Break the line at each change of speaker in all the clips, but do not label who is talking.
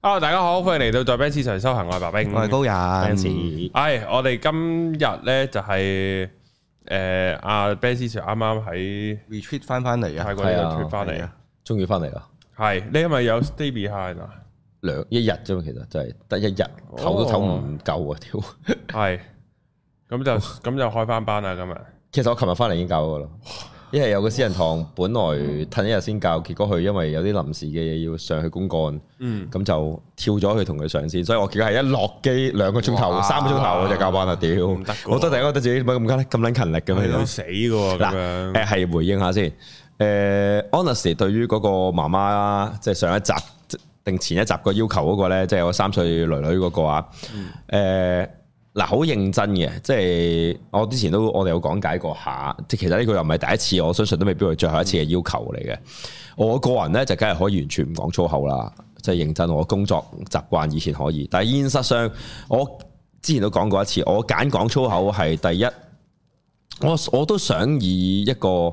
啊！大家好，歡迎嚟到在 Benz 上修行，我係白
嗯
冰，
我係高人，
係。我哋今日咧就係誒阿 Benz Sir 啱啱喺
retreat 翻翻嚟
泰
啊，
國呢度
係啊
脱翻嚟
係
啊
啊！
終於翻嚟啦，
係你係咪有 stay behind 啊？
兩一日啫嘛，其實真係得一日，
哦
唞都唞唔夠啊！屌，
係咁就咁就開翻班啦！今日
其實我琴日翻嚟已經教過啦，因為有個私人堂，本來褪一日先教，結果佢因為有啲臨時嘅嘢要上去公幹，
嗯
咁就跳咗去同佢上先，所以我結果係一落機兩個鐘頭、
哇
三個鐘頭我就教班啦，屌！
唔得㗎
我都突然間覺得自己點解咁撚咁撚勤力嘅咩？
都死嘅喎，咁
嗱，
樣
誒係回應下先。誒，honestly 對於嗰個媽媽啦，即係上一集定前一集個要求嗰個咧，即係我三歲女女嗰個啊。誒嗱，好認真嘅，即係我之前都我哋有講解過下，即係其實呢個又唔係第一次，我相信都未必係最後一次嘅要求嚟嘅。我個人咧就梗係可以完全唔講粗口啦，即係認真。我工作習慣以前可以，但係現實上我之前都講過一次，我揀講粗口係第一。我我都想以一個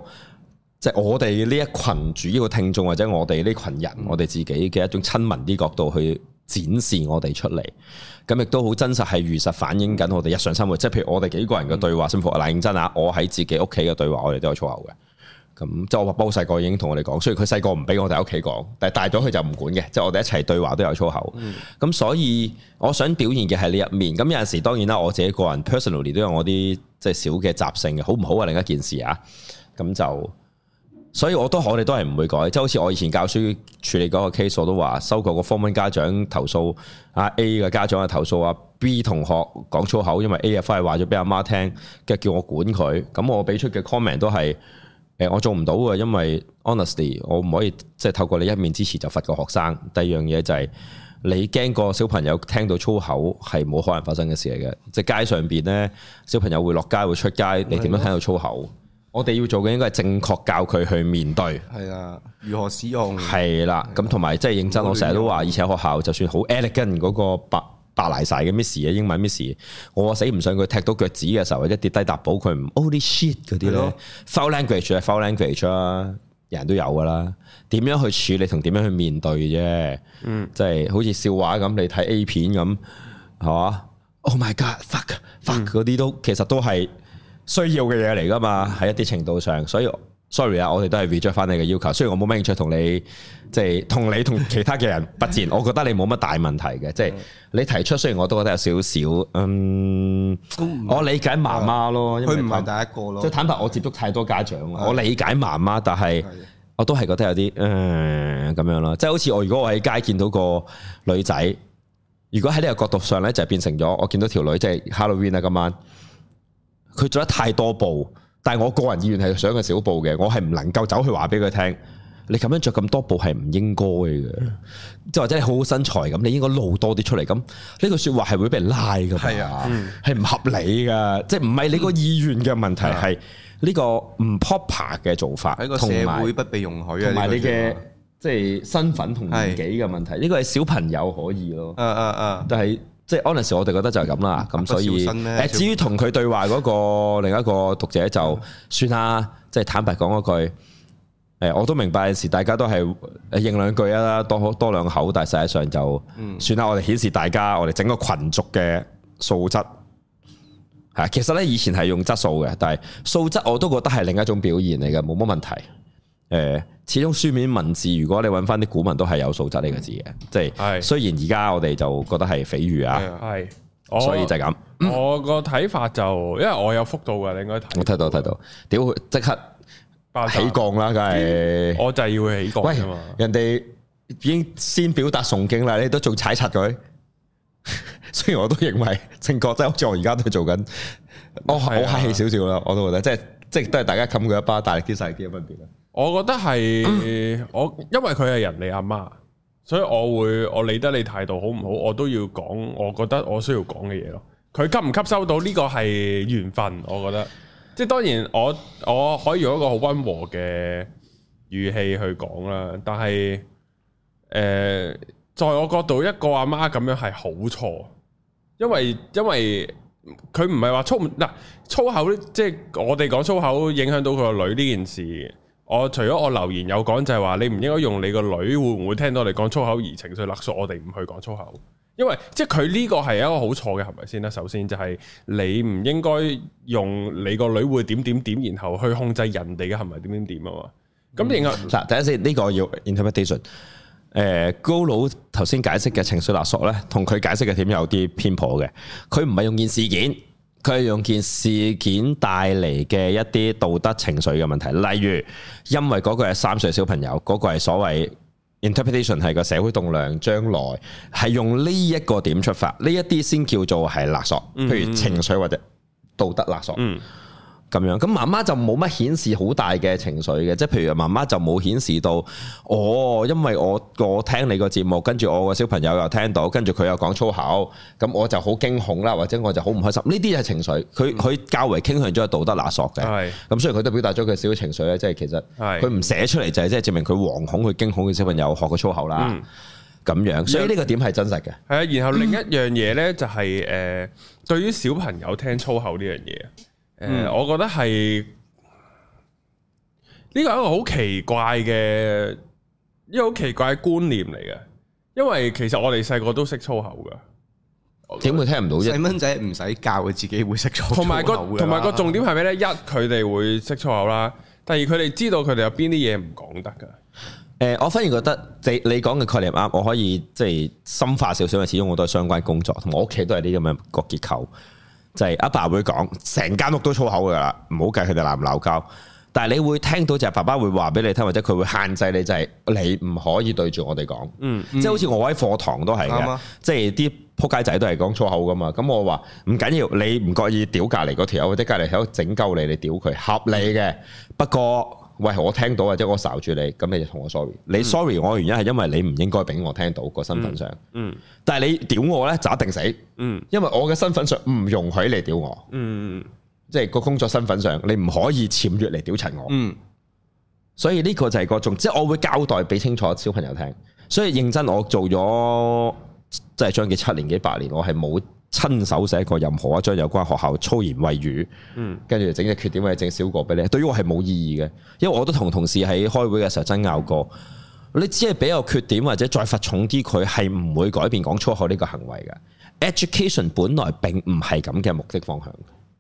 即係、我哋呢一群主要嘅聽眾或者我哋呢群人，我哋自己嘅一種親民啲角度去展示我哋出嚟，咁亦都好真實係如實反映緊我哋日常生活，即係譬如我哋幾個人嘅對話，甚至乎嗱認真啊，我喺自己屋企嘅對話，我哋都有粗口嘅。咁即係我爸爸好細個已經同我哋講，雖然佢細個唔俾我哋喺屋企講，但係大咗佢就唔管嘅，即係我哋一齊對話都有粗口。咁、所以我想表現嘅係呢一面。咁有陣時當然啦，我自己個人 personally 都有我啲即係小嘅習性嘅，好唔好啊？另一件事啊，咁就所以我都我哋都係唔會改，即係好似我以前教書處理嗰個 case，我都話收過個 form one 家長投訴，阿 A 嘅家長啊投訴啊 B 同學講粗口，因為 A 啊翻去話咗俾阿媽聽，跟住叫我管佢，咁我俾出嘅 comment 都係。誒呃我做唔到嘅，因為 honestly 我唔可以即係透過你一面之詞就罰個學生。第二樣嘢就係、你驚個小朋友聽到粗口係冇可能發生嘅事嚟嘅，即係街上邊呢，小朋友會落街會出街，你點樣聽到粗口？我哋要做嘅應該係正確教佢去面對。
係啦，如何使用？
係啦，咁同埋即係認真，我成日都話，以前喺學校就算好 elegant 嗰個白白賴晒嘅 miss 啊，英文 miss，我死唔上佢踢到腳趾嘅時候，或者跌低踏步，佢唔 holy shit 嗰啲
係
咧
咯
，foul language 係 foul language 啦，人人都有噶啦，點樣去處理同點樣去面對啫，嗯，即係好似笑話咁，你睇 A 片咁，係嘛？Oh my god，fuck fuck 嗰啲都其實都係。需要嘅嘢嚟噶嘛，喺一啲程度上，所以 sorry 啊，我哋都係 reject 翻你嘅要求。雖然我冇乜興趣同你，即係同你同其他嘅人不戰，我覺得你冇乜大問題嘅，即
嗯
係你提出，雖然我都覺得有少少，嗯，
都唔
我理解媽媽咯，因為
佢唔係
坦
第一個咯，
即係坦白，我接觸太多家長啦，
係
我理解媽媽，但係。
係
我都係覺得有啲嗯咁樣啦，即係好似我如果我喺街見到個女仔，如果喺呢個角度上咧，就變成咗我見到條女即係 Halloween 啊今晚，佢做得太多步，但係我個人意願係想佢少步嘅，我係唔能夠走去話俾佢聽，你咁樣着咁多步係唔應該嘅，即係或者你好好身材咁，你應該露多啲出嚟咁，呢句説話係會俾人拉㗎嘛，
係啊
係唔合理㗎，即係唔係你個意願嘅問題係呢個唔 proper 嘅做法，
嗯喺個
同埋
社會不被容許啊，
同埋你
呢句
嘅
説
即係身份同年紀嘅問題，呢個係小朋友可以咯
話，啊啊啊，
但係即係 honest，我哋覺得就係咁啦。咁所以
小心咧
誒，至於同佢對話嗰個另一個讀者
啊
就算啦，即係坦白講嗰句。誒，我都明白有時大家都係誒應兩句啦，多多兩口，但係實際上就、
嗯
算啦。我哋顯示大家我哋整個群族嘅素質係啊，其實咧以前係用質素嘅，但係素質我都覺得係另一種表現嚟嘅，冇乜問題。誒、始終書面文字，如果你揾翻啲古文，都係有素質呢個字嘅，即
係
係雖然而家我哋就覺得係匪夷啊
係，啊
係，
所以
我
就係嗯咁。
我個睇法就，因為我有幅度嘅，你應該
我
睇
睇到睇到，屌佢即刻
爆炸
起降啦，梗係。
嗯我就係要起降
喂
啫嘛。，
人哋已經先表達崇敬啦，你都仲踩擦佢。 雖然我都認為正確，即係好似我而家都做緊，我我
係啊
客氣少少啦，我都覺得即係即係都係大家冚佢一巴，大力啲細啲有分別啦。
我覺得係我，因為佢係人哋阿媽，所以我會我理得你態度好唔好，我都要講，我覺得我需要講嘅嘢咯。佢吸唔吸收到呢個係緣分，我覺得。即係當然我，我可以用一個好温和嘅語氣去講啦，但係誒、呃在我角度，一個阿媽咁樣係好錯，因為因為佢唔係話粗唔嗱粗口，即係我哋講粗口影響到佢個女呢件事，我除咗我留言有講就係話，你唔應該用你個女會唔會聽到我哋講粗口而情緒勒索我哋唔去講粗口，因為即係佢呢個係一個好錯嘅行為先啦。首先就係你唔應該用你個女會點點點，然後去控制人哋嘅行為點點點啊嘛。咁然後
嗱，第一先呢個要 interpretation。誒高佬頭先解釋嘅情緒勒索咧，同佢解釋嘅點有啲偏頗嘅。佢唔係用件事件，佢係用件事件帶嚟嘅一啲道德情緒嘅問題。例如，因為嗰個係三歲小朋友，嗰、個係所謂 interpretation 係個社會棟梁，將來係用呢一個點出發，呢一啲先叫做係勒索，譬如情緒或者道德勒索。
嗯
咁樣，咁媽媽就冇乜顯示好大嘅情緒嘅，即係譬如媽媽就冇顯示到，哦，因為我我聽你個節目，跟住我個小朋友又聽到，跟住佢又講粗口，咁我就好驚恐啦，或者我就好唔開心，呢啲係情緒，佢佢較為傾向咗係道德勒索嘅。
係
咁雖然佢都表達咗佢少少情緒咧，即係其實
係
佢唔寫出嚟就係即係證明佢惶恐、佢驚恐嘅小朋友學過粗口啦
嗯，
咁樣，所以呢個點係真實嘅。
係啊，然後另一樣嘢呢，就係、誒、對於小朋友聽粗口呢樣嘢，誒、我覺得係呢個係一個好奇怪嘅一個好奇怪嘅觀念嚟嘅，因為其實我哋細個都識粗口噶。
點會聽唔到啫？
細蚊仔唔使教，佢自己會識咗。
同埋個
粗口㗎啦
同埋個重點係咩呢？一佢哋會識粗口啦，第二佢哋知道佢哋有邊啲嘢唔講得㗎。
誒、呃我反而覺得你你講嘅概念啱，我可以即係深化少少，因為始終我都係相關工作，同埋我屋企都係啲咁嘅個結構，就係、阿爸會講，成間屋都粗口噶啦，唔好計佢哋鬧唔鬧交，但係你會聽到就係爸爸會話俾你聽，或者佢會限制你就係、你唔可以對住我哋講，
嗯，
即係好似我喺課堂都係
啱
嘅
啊，
即係啲撲街仔都係講粗口噶嘛，咁我話唔緊要，你唔覺意屌隔離嗰條友或者隔離喺度整鳩你，你屌佢合理嘅，不過。喂，我聽到或啊者我睄住你，咁你就同我 sorry。你 sorry 我嘅原因係因為你唔應該俾我聽到個身份上，
嗯
但係你屌我呢，就一定死，
嗯
因為我嘅身份上唔容許你屌我，
嗯
即係個工作身份上你唔可以僭越嚟屌柒我。
嗯，
所以呢個就係個重，即係我會交代俾清楚小朋友聽。所以認真，我做咗即係將近七年幾八年，我係冇親手寫過任何一張有關學校粗言穢語，
嗯，
跟住整隻缺點或者整小過俾你。對於我係冇意義嘅，因為我都同同事喺開會嘅時候爭拗過。你只係俾個缺點或者再罰重啲，佢係唔會改變講粗口呢個行為嘅。Education 本來並唔係咁嘅目的方向。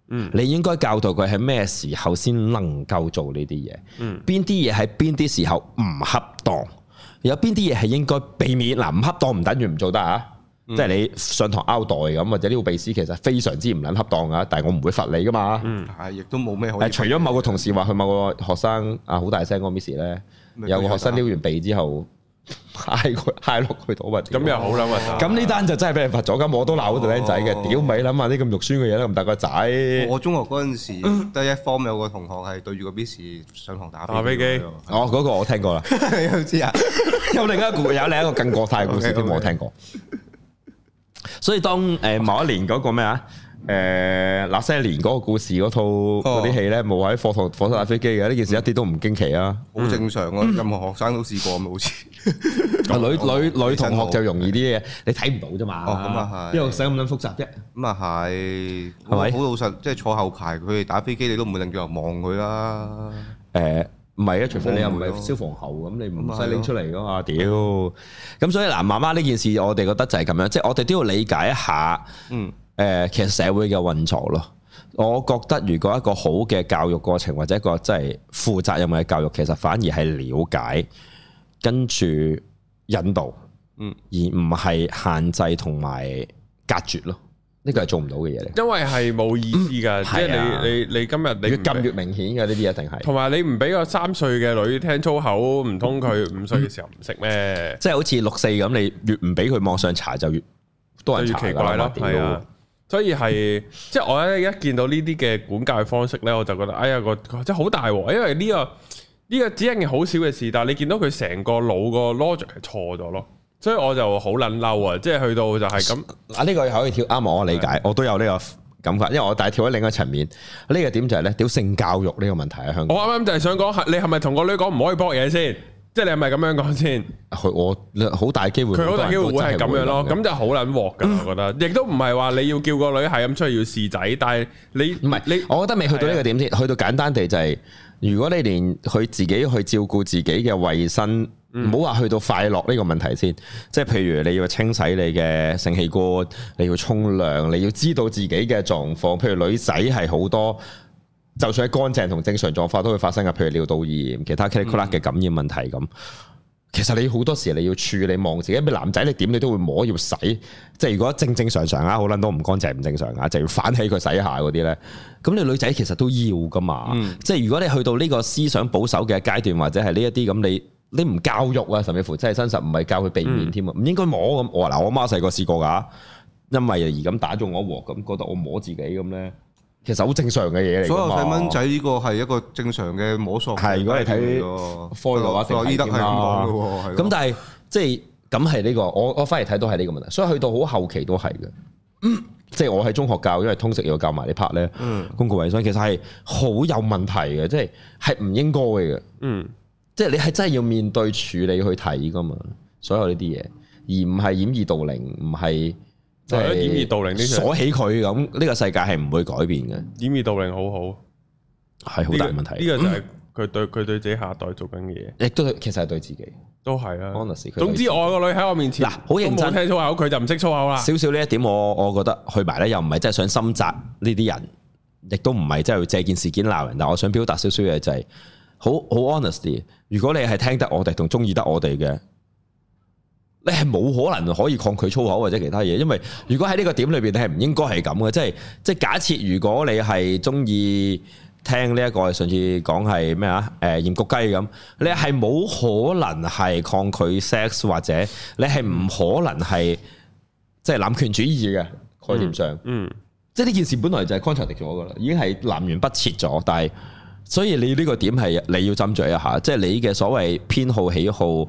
嗯，
你應該教導佢喺咩時候先能夠做呢啲嘢。
嗯，
邊啲嘢喺邊啲時候唔恰當，有邊啲嘢係應該避免。嗱，唔恰當唔等於唔做得啊。
嗯
即係你上堂拗袋咁，或者呢個鼻屎其實非常之唔撚恰當啊，但係我唔會罰你噶嘛。
嗯
係亦都冇咩可
誒，
以。
嗯除咗某個同事話佢某個學生啊好大聲嗰個 miss 咧，
咩
有個學生撩完鼻之後， 揩佢揩落佢度啊！
咁又好啦，核突
咁呢單就真係俾人罰咗，咁我都鬧嗰條僆仔
哦
嘅，屌咪諗下啲咁肉酸嘅嘢啦，咁大個仔，
我中學嗰陣時，得一 form 有個同學係對住個 miss 上堂打
打飛機
機
哦嗰個我聽過啦，
喎， 有知啊？
有另一個故有另一個更過態嘅故事
OK，OK
添，我聽過。所以當誒某一年嗰個咩啊？誒那些年嗰個故事嗰套
哦
嗰啲戲咧，冇喺課堂課室打飛機嘅呢件事一啲都唔驚奇啊！
好正常啊，任何學生都試過咪好似。哦
女女女
起身
同學
好
就容易啲嘅，你睇唔到啫嘛。
哦咁啊係
邊度使咁撚複雜啫？
咁啊係，
係咪
好老實，即係坐後排佢哋打飛機，你都唔會擰轉頭望佢啦。
誒唔係啊，除非你又唔
冇
係
咯
消防喉咁，你
咁
唔
啊
使
係
拎
咯
出嚟噶嘛，屌！咁所以嗱，媽媽呢件事我哋覺得就係咁樣，即係我哋都要理解一下，
嗯，
誒，其實社會嘅運作咯。我覺得如果一個好嘅教育過程或者一個真係負責任嘅教育，其實反而係了解，跟住引導，
嗯，
而唔係限制同埋隔絕咯。呢個係做唔到嘅嘢嚟，
因為係冇意思㗎，即係
係啊
你你你今日你
越
唔
禁
俾
越明顯嘅呢啲一定係。
同埋你唔俾個三歲嘅女聽粗口，唔通佢五歲嘅時候唔識咩？
即係好似六四咁，你越唔俾佢網上查就越多
就
人
越
查
奇
㗎
怪
啦
咯，係啊。所以係，即係我一見到呢啲嘅管教嘅方式呢，我就覺得，哎呀個個真係好大鑊，因為呢、個呢、個只係一件好少嘅事，但係你見到佢成個腦個 logic 係錯咗咯，所以我就好撚嬲啊！即係去到就係咁，
嗱，呢個可以跳啱我理解，我都有呢個感覺，因為我但係跳喺另一個層面，呢、個點就係咧，屌性教育呢個問題喺香港。
我啱啱就係想講，你係咪同個女講唔可以搏嘢先？即係你係咪咁樣講先？
佢我好大機會，
佢好大機會會係咁樣咯，
好多人
咁
都真係會
就好撚鑊㗎，我覺 得。亦都唔係話你要叫個女係咁出去要試仔，但係你
唔係
你
你，我覺得未去到呢個點先，去到簡單地就係、如果你連佢自己去照顧自己嘅衞生，唔好話去到快樂呢個問題先，即係譬如你要清洗你嘅性器官，你要沖涼，你要知道自己嘅狀況。譬如女仔係好多，就算喺乾淨同正常狀況都會發生嘅，譬如尿道炎、其他 c l i c 嘅感染問題咁。其實你好多時你要處理望自己，男仔你點你都會摸要洗，即係如果正正常常啊，好撚多唔乾淨唔正常啊，就要反起佢洗下嗰啲咧。咁你女仔其實都要噶嘛，即係如果你去到呢個思想保守嘅階段，或者係呢一啲咁，你你唔教育啊，甚至乎真係真實唔係教佢避免添啊，唔、應該摸咁。我嗱我媽細個試過㗎，因為而咁打中我一鑊，咁覺得我摸自己咁咧，其實好正常嘅嘢嚟㗎嘛。
所有細蚊仔呢個係一個正常嘅摸索。
係如果你睇科嘅話
弗洛伊德係咁講嘅喎，係咯
咁但係即係咁係呢個，我我反而睇到係呢個問題，所以去到好後期都係嘅。即係我喺中學教，因為通識要教埋呢 part 咧，公共衞生其實係好有問題嘅，即係係唔應該嘅。
嗯
即係你係真係要面對處理去睇噶嘛，所有呢啲嘢，而唔係掩耳盜鈴，唔係即
係
係
咯掩耳盜鈴呢啲
鎖起佢咁，呢個世界係唔會改變嘅，
掩耳盜鈴好好，
係好
呢
大
個
問
呢
題。
個就 係佢對佢對自己下一代做緊嘅嘢，
亦都其實係對自己
都係啦。
Honestly，佢
總之我有個女喺我面前，
嗱好認真
都冇聽粗口，佢就唔識粗口啦。
少少呢一點我，我覺得去埋咧又唔係真係想深責呢啲人，亦都唔係真係借件事件鬧人。但我想表達少少嘢就係、好好 honestly，如果你係聽得我哋同中意得我哋嘅，你係冇可能可以抗拒粗口或者其他嘢，因為如果喺呢個點裏邊，你係唔應該係咁嘅，即係即係假設如果你係中意聽呢、一個上次講係咩啊？誒、鹽焗雞咁，你係冇可能係抗拒 sex 或者你係唔可能係即係濫權主義嘅概念上。
嗯，
即係呢件事本來就係 contradict 咗噶啦，已經係南轅北轍咗，但係所以你呢個點係你要斟酌一下，即係你嘅所謂偏好喜好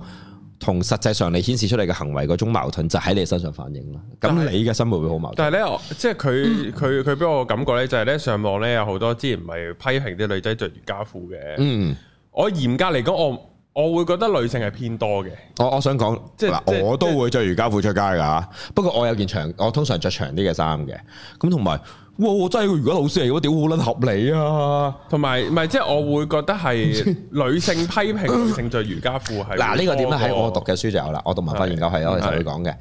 同實際上你顯示出嚟嘅行為嗰種矛盾就喺你身上反映啦。
但
咁
係
你嘅生活會好矛盾。
但係咧，我即係佢
嗯
佢佢俾我感覺咧，就係咧上網咧有好多之前唔係批評啲女仔着瑜伽褲嘅。
嗯，
我嚴格嚟講，我我會覺得女性係偏多嘅。
我我想講，
即係即
嗱，
係
我都會着瑜伽褲出街㗎，不過我有件長，我通常着長啲嘅衫嘅，咁同埋，哇，我真係個瑜伽老師嚟嘅，屌好撚合理啊！
同埋唔係即係我會覺得係女性批評女性着瑜伽褲係
嗱，呢個點咧
多過
喺我讀嘅書就有啦，我讀文化研究係我哋就會講嘅，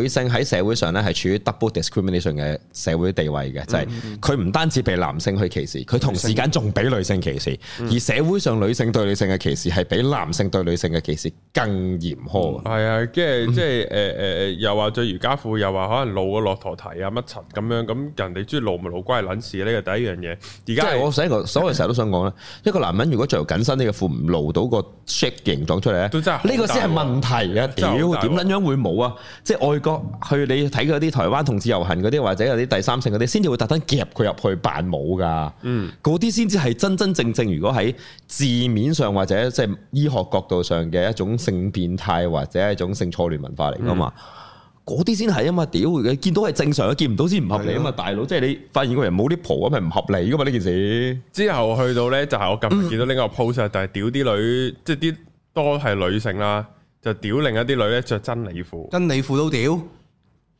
女性喺社會上咧係處於 double discrimination 嘅社會地位
嗯
嘅，就係佢唔單止被男性去歧視，佢同時間仲俾女性歧視，
嗯
而社會上女性對女性嘅歧視係比男性對女性嘅歧視更嚴苛啊。
係啊，跟住即係誒誒，又話着瑜伽褲，又話可能露個駱駝蹄啊乜柒咁樣，咁人哋中意露咪露關係撚事啊呢個第一樣嘢。而
即
家
係
係
我 成個所謂成日都想講咧，一個男人如果着條緊身呢個褲唔露到個 shape 形狀出嚟咧，
都真係好
呢個先係問題啊！
真
屌
係好大鑊
點撚樣會冇啊？即係外國去你睇嗰啲台灣同志遊行嗰啲，或者有啲第三性嗰啲，先至會特登夾佢入去扮冇㗎。
嗯，
嗰啲先至係真真正正，如果喺字面上或者即係醫學角度上嘅一種性變態或者一種性錯亂文化嚟㗎嘛。嗰啲先係啊嘛，屌！你見到係正常，見唔到先唔合理啊嘛，大佬！即係你發現個人冇啲蒲咁，咪唔合理噶嘛呢件事。
之後去到咧，就係我近日
嗯
見到呢個 post 啊就係屌啲女，即係啲多係女性啦，就屌另一啲女咧着真理褲，唔
真理褲都屌，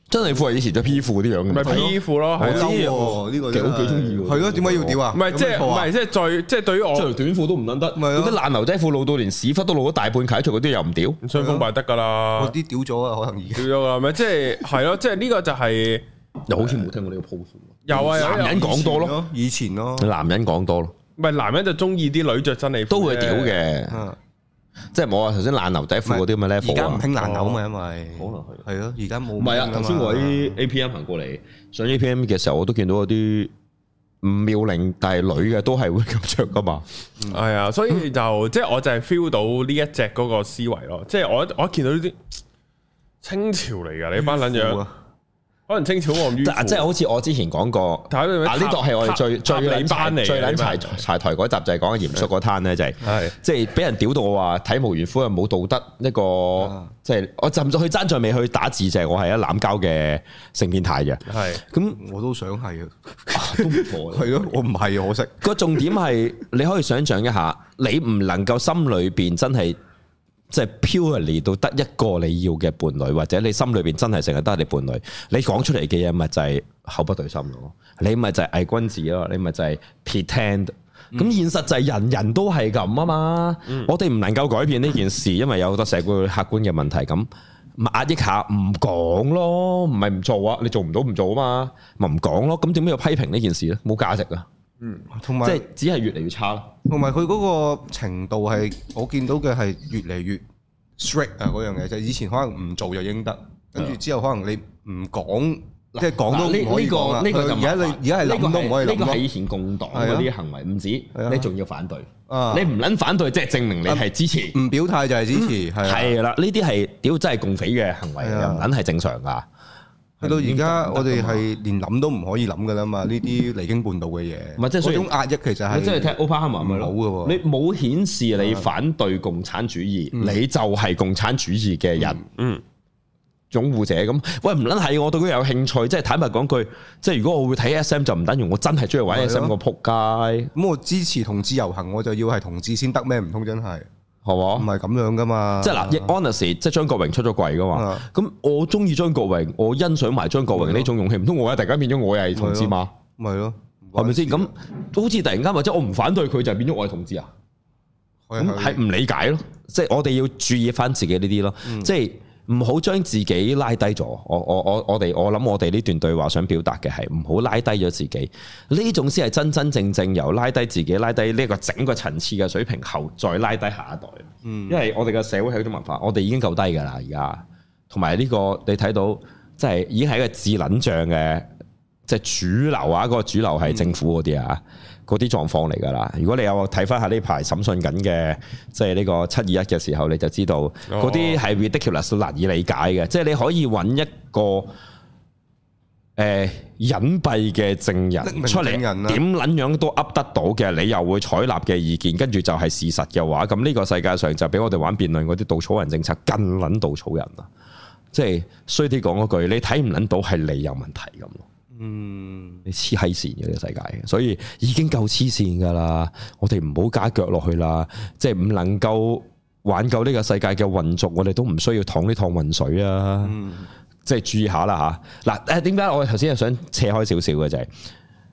真係褲係以前着 P 褲啲樣嘅，
係
係咯
P 褲咯，係
嗯知
啊
啊
嬲喎呢個真係
幾好幾中意喎
係咯，點解要屌啊？
唔係即係
有咩
唔
錯啊
係即係最即係對於
着
我
條短褲都唔撚得，
咪咯
嗰啲爛牛仔褲露到連屎忽都露咗大半契，着嗰啲又唔屌。
雙風敗得㗎啦
我，啲屌咗啊，可能而家
屌咗㗎啦，咪即係係 咯，即係呢個就係
又好似冇聽過呢個 pose。
有啊，有啊
男人講多咯，
咯，以前咯，
男人講多咯，
唔係男人就中意啲女着真理褲
都會屌
啫
嘅，
嗯
即係冇啊頭先爛牛仔褲嗰啲咁嘅
而
level
家唔
啊。
興爛口嘛，因為
可能係
係咯，而家冇
唔係啊，頭先我喺 A P M 行過嚟，上 A P M 嘅時候，我都見到嗰啲唔妙齡但係女嘅都係會咁着噶嘛。
係啊，所以就即係我就係 feel 到呢一隻嗰個思維咯，即係我我一見到呢啲清朝嚟㗎，你班撚 樣，可能清朝王於
即啊係即係好似我之前講過，
睇你咪
啊呢度係我哋最最
塔塔塔
撚
利
柴
班嚟嘅
最撚柴
呢班
柴台嗰集就係講嚴肅嗰攤咧，就係
係
即係俾人屌到我話體無完膚又啊冇道德一個
啊，
即係我浸咗去爭在未去打字，就係我係一濫交嘅性變態嘅，
係
咁
我都想 係啊，
都唔錯嘅
係咯，我唔係啊，可惜。
個重點係你可以想像一下，你唔能夠心裏邊真係即係 purely 到得一個你要嘅伴侶，或者你心裏邊真係成日得你伴侶，你講出嚟嘅嘢咪就係口不對心咯，你咪就係偽君子咯，你咪就係 pretend。咁現實就係人人都係咁啊嘛，我哋唔能夠改變呢件事，因為有好多社會客觀嘅問題咁。咪壓抑下唔講咯，唔係唔做啊！你做唔到唔做啊嘛，咪唔講咯。咁點解要批評呢件事咧？冇價值啊！
同
即
埋
係只係越嚟越差咯。
同埋佢嗰個程度係，我見到嘅係越嚟越 strict 啊嗰樣嘢，就係以前可能唔做就應得，跟住之後可能你唔講，即係講都
啊嗱呢
唔可以
呢個
講啦。
呢個就
佢而家你而家係
呢個
諗都唔可以
呢個係
諗
以前共黨
係
嗰
啊
啲行為，唔止
係啊
你仲要反對，
咯。啊
你唔撚反對，即係證明你係支持。
唔表態就係支持，係啊。
嗯係啦，呢啲係屌真係共匪嘅行為，
係啊
又唔撚係正常啊噶。
去到而
嗯
家我哋係連諗都唔可以諗噶啦嘛，呢啲離經叛道嘅嘢。
唔係即係雖
嗰
然
種壓抑其實係
你真係踢 Oppenheimer 咪
唔
咯
好㗎喎啊嗯
你冇顯示你反對共產主義，你就係共產主義嘅人。
嗯，
擁護者咁，喂唔撚係我對佢有興趣，即係坦白講句，即係如果我會睇 S M 就唔等於我真係中意玩
係咯
S M 個仆街，
咁我支持同志遊行，我就要係同志先得咩？唔通真係
係
唔
嘛？
係咁樣噶嘛？
即係嗱，亦 honest，即係張國榮出咗櫃噶嘛
啊，
咁我中意張國榮，我欣賞埋張國榮呢種勇氣，唔通我突然間變咗我係同志嘛？
咪咯，
係咪先？咁好似突然間或者我唔反對佢就變咗我係同志啊？
係
咁
係
係唔理解咯，嗯即係我哋要注意翻自己呢啲咯，即係唔好將自己拉低咗。我我我我哋我諗我哋呢段對話想表達嘅係唔好拉低咗自己，呢種先係真真正正由拉低自己、拉低呢個整個層次嘅水平後，再拉低下一代。因為我哋嘅社會係一種文化，我哋已經夠低㗎啦，而家同埋呢個你睇到，即係已經係一個智撚像嘅。即係主流啊，嗰個主流係政府嗰啲啊，嗰啲狀況嚟㗎啦。如果你有睇翻下呢排審訊緊嘅，即係呢個七二一嘅時候，你就知道嗰啲係 ridiculous 難以理解嘅。即係你可以揾一個誒、呃、隱蔽嘅證
匿
人
名
出嚟，
證人啊
點撚樣都噏得到嘅，你又會採納嘅意見，跟住就係事實嘅話，咁呢個世界上就俾我哋玩辯論嗰啲稻草人政策更撚稻草人啊！即係衰啲講嗰句，你睇唔撚到係你有問題咁咯。
嗯
你黐閪線嘅呢個世界，所以已經夠黐線噶啦。我哋唔好加腳落去啦，即係唔能夠挽救呢個世界嘅運作，我哋都唔需要淌呢趟渾水啊。即係注意下啦吓。嗱，誒點解我頭先係想扯開少少嘅就係、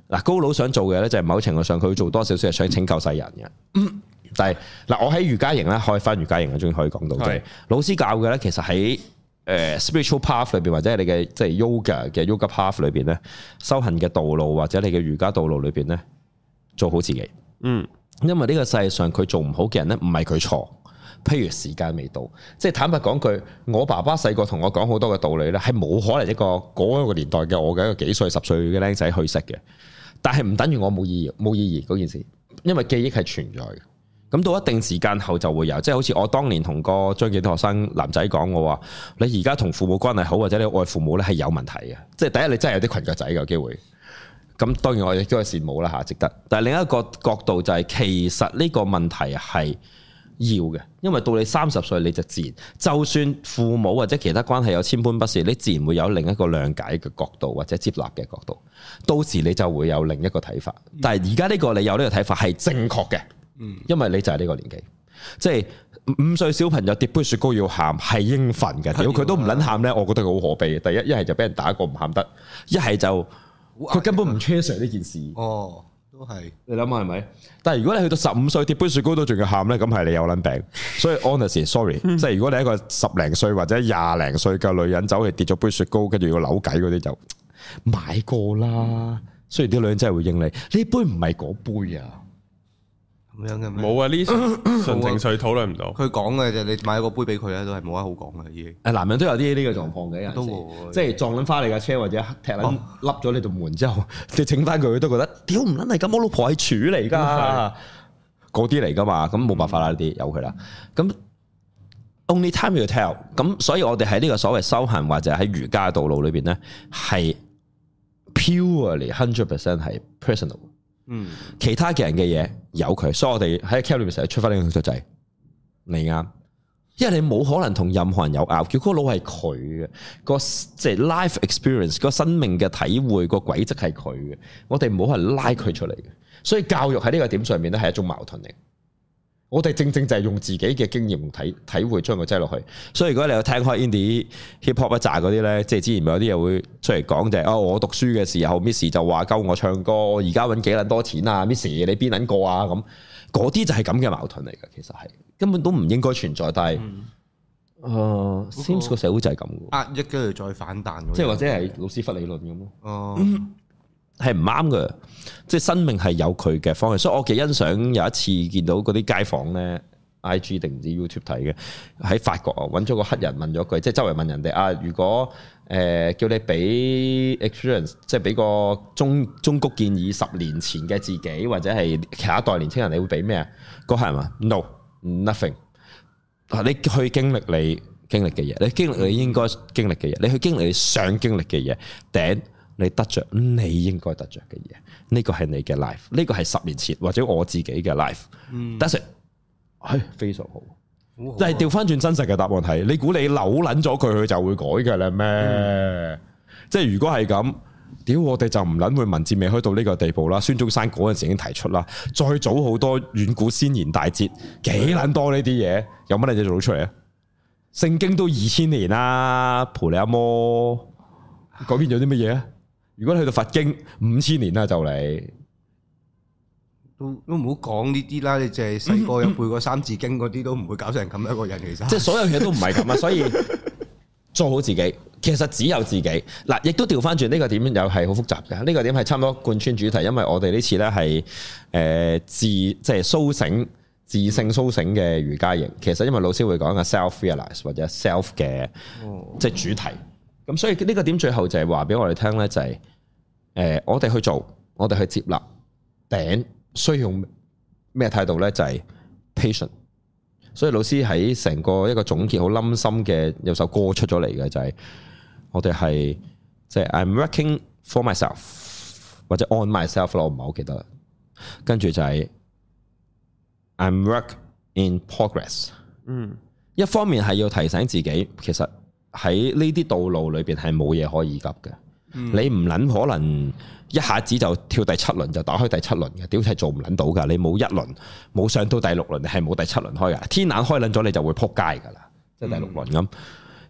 嗱，高佬想做嘅咧就係某程度上佢要做多少少係想拯救世人嘅。但係嗱，我喺瑜伽營咧開翻瑜伽營，我終於可以講到就係
係
老師教嘅咧，其實喺誒 spiritual path 裏邊，或者係你嘅即係 yoga 嘅 yoga path 裏邊咧，修行嘅道路或者你嘅瑜伽道路裏邊咧，做好自己。
嗯，
因為呢個世界上佢做唔好嘅人咧，唔係佢錯。譬如時間未到，即係坦白講句，我爸爸細個同我講好多嘅道理咧，係冇可能一個嗰個年代嘅我嘅一個幾歲十歲嘅僆仔去識嘅。但係唔等於我冇意義冇意義嗰件事，因為記憶係存在嘅。咁到一定時間後就會有，即係好似我當年同個張健啲學生男仔講，我話你而家同父母關係好或者你愛父母咧係有問題嘅，即係第一你真係有啲裙腳仔嘅有機會。咁當然我亦都係羨慕啦嚇，值得。但係另一個角度就係、其實呢個問題係要嘅，因為到你三十歲你就自然，就算父母或者其他關係有千般不是，你自然會有另一個諒解嘅角度或者接納嘅角度，到時你就會有另一個睇法。但係而家呢個你有呢個睇法係正確嘅，因為你就係呢個年紀，即係。五歲小朋友跌杯雪糕要喊係應份嘅，屌佢都唔撚喊呢，我覺得佢好可悲嘅。第一，一係就俾人打過唔喊得，一係就佢根本唔 chase 呢件事，你
哦，都係
諗下係咪？但係如果你去到十五歲跌杯雪糕都仲要喊咧，咁係你有撚病。所以 honest，sorry，即係如果你係一個十零歲或者廿零歲嘅女人走去跌咗杯雪糕，跟住要扭計嗰啲就買過啦。雖然啲女人真係會應你，呢杯唔係嗰杯啊。
咁樣嘅咩？
冇啊，呢 純情緒討論唔到。
佢講嘅就你買個杯俾佢咧，啊都係冇乜好講嘅已經。
誒男人都有啲呢個狀況嘅，有陣時
都會哦
即係撞撚花你架車或者踢撚笠咗你度門之後， 你整翻佢佢都覺得屌唔撚係咁，我老婆係處嚟㗎，嗰啲嚟㗎嘛，咁冇
嗯
辦法啦，呢啲由佢啦。咁 only time you tell，咁所以我哋喺呢個所謂修行或者喺瑜伽嘅道路裏邊咧，係 purely hundred percent 係 personal。
嗯，
其他嘅人嘅嘢有佢，所以我哋喺 cap 裏面成日出翻呢個動作就係你啱，因為你冇可能同任何人有拗撬，嗰個腦係佢嘅，個即係 life experience 個生命嘅體會個軌跡係佢嘅，我哋冇可能拉佢出嚟嘅，所以教育喺呢個點上面咧係一種矛盾嚟。我哋正正就係用自己嘅經驗同體體會將佢擠落去，所以如果你有聽開 indie hip hop 一紮嗰啲呢，即係之前咪有啲嘢會出嚟講就係、哦，我讀書嘅時候 Miss 就話鳩我唱歌，我而家揾幾撚多錢啊，Miss 你邊撚過啊咁，嗰啲就係咁嘅矛盾嚟㗎，其實係根本都唔應該存在，但係誒、呃 seems 個社會就係咁㗎，
壓抑跟住再反彈嗰啲，
即係嗯或者係老屎忽理論咁咯。
哦，
係唔啱嘅，即係生命係有佢嘅方向，所以我幾欣賞有一次見到嗰啲街坊呢 i G 定唔知 YouTube 睇嘅，喺法國啊，揾咗個黑人問咗句，即係周圍問人哋啊，如果誒、呃叫你俾 experience，即係俾個中中谷建議十年前嘅自己或者係下一代年青人，你會俾咩啊？嗰黑人話 no，nothing。啊！你去經歷你經歷嘅嘢，你經歷你應該經歷嘅嘢，你去經歷你想經歷嘅嘢，頂你得着你應該得着嘅嘢，呢個係你嘅 life，呢個係十年前或者我自己嘅 life。That's it，係非常好。啊但係調翻轉真實嘅答案係，你估你扭撚咗佢，佢就會改嘅啦咩？即係如果係咁。屌，我哋就唔撚會文字未開到呢個地步啦。孫中山嗰陣時已經提出啦，再早好多遠古先賢大哲，幾撚多呢啲嘢，有乜嘢做到出嚟啊？聖經都二千年啦，陪你阿摩改變咗啲乜嘢啊？如果你去到佛經五千年啦，就嚟
都都唔好講呢啲啦，你淨係細個有背過三字經嗰啲都唔會搞成咁一個人其實。
即係所有嘢都唔 係咁啊，所以做好自己，其實只有自己嗱，亦都調翻轉呢個點又係好複雜嘅，呢、個點係差唔多貫穿主題，因為我哋呢次呢係誒自即係甦醒。自性甦醒嘅瑜伽營，其實因為老師會講嘅 self realize 或者 self 嘅
哦
即係主題，咁所以呢個點最後就係話俾我哋聽呢，就係、誒我哋去做，我哋去接納頂，需要用咩態度呢？就係、patient。所以老師喺成個一個總結好冧心嘅有首歌出咗嚟嘅就係、我哋係即係 I'm working for myself 或者 on myself 咯，我唔係好記得啦。跟住就係、I'm work in progress。
嗯，
一方面係要提醒自己，其實喺呢啲道路裏邊係冇嘢可以急嘅。你唔撚可能一下子就跳第七輪就打開第七輪嘅，屌係做唔撚到㗎。你冇一輪冇上到第六輪，你係冇第七輪開㗎。天眼開撚咗，你就會撲街㗎啦，即係第六輪咁。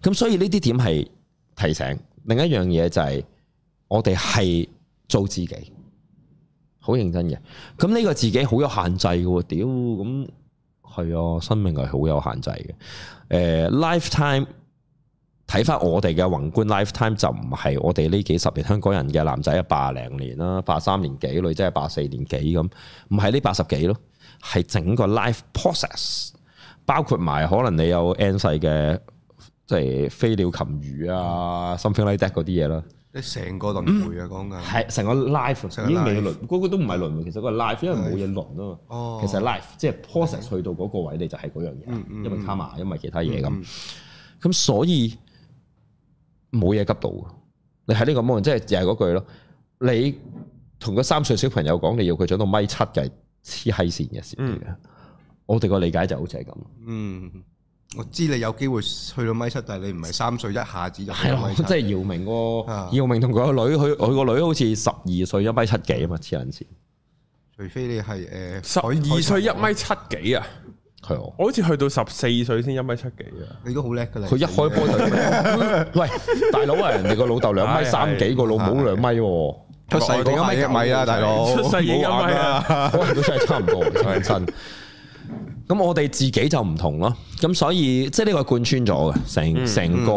咁所以呢啲點係提醒。另一樣嘢就係我哋係做自己，好認真嘅。咁呢個自己好有限制嘅喎，屌咁係啊，生命係好有限制嘅。誒、lifetime 睇翻我哋嘅宏觀 lifetime 就唔係我哋呢幾十年香港人嘅男仔係啊八零年啦，八三年幾，女仔係八四年幾咁，唔係呢八十幾咯，係整個 life process，包括埋可能你有 N 世嘅即係飛鳥擒魚啊，something like that 嗰啲嘢啦。
即係成個輪迴啊，講緊。
嗯係成個 life 啊
成個
已經未
life
輪，嗰個都唔係輪喎，其實個 life 因為冇嘢輪啊嘛。
哦
其實 life 即係嗯 process 去到嗰個位，你就係嗰樣嘢啦，因為卡瑪，因為其他嘢咁。咁所以冇嘢急到嘅，你喺呢個 moment 即係又係嗰句咯。你同個三歲小朋友講，你要佢長到米七嘅黐閪線嘅事嚟嘅。我哋個理解就好似係咁。
嗯，我知你有機會去到米七，但係你唔係三歲一下子就去
係
到
咯，
米
即
七。
係姚明個
啊
姚明同佢個女，佢佢個女好似十二歲一米七幾啊嘛，黐撚線。
除非你係誒
十二歲一，米七幾啊？
係我。
我好似去到十四歲先一米七幾啊！
你都好叻㗎啦。
佢一開波就喂，大佬啊，人哋個老豆兩米三幾，個老母兩米喎，
出世嗰下
啊
一米啊啦，大 佬。
出世已經一米啦，
可能都真係差唔多，認真。咁我哋自己就唔同咯，咁所以即係呢個貫穿咗嘅，成成個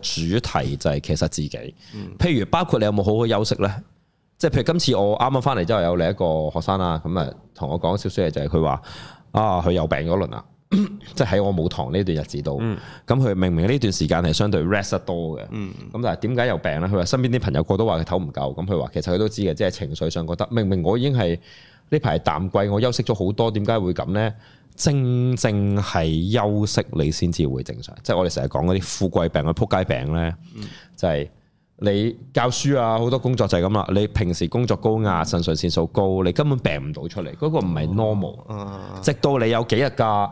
主題就係其實自己。譬如包括你有冇好好休息呢？即係譬如今次我啱啱翻嚟之後，有另一個學生啦，咁啊同我講少少嘢，就係佢話啊，佢有病嗰輪啊，即係喺我冇堂呢段日子度，咁佢、明明呢段時間係相對 rest 得多嘅，咁、但係點解有病呢？佢話身邊啲朋友個都話佢唞唔夠，咁佢話其實佢都知嘅，即係情緒上覺得明明我已經係呢排淡季，我休息咗好多，點解會咁呢？正正係休息你先至會正常，即係我哋成日講嗰啲富貴病、嗰啲撲街病呢，就係、你教書啊，好多工作就係咁啦。你平時工作高壓，腎上腺素高，你根本病唔到出嚟，嗰、個唔
哦
係 normal。
啊
直到你有幾日假，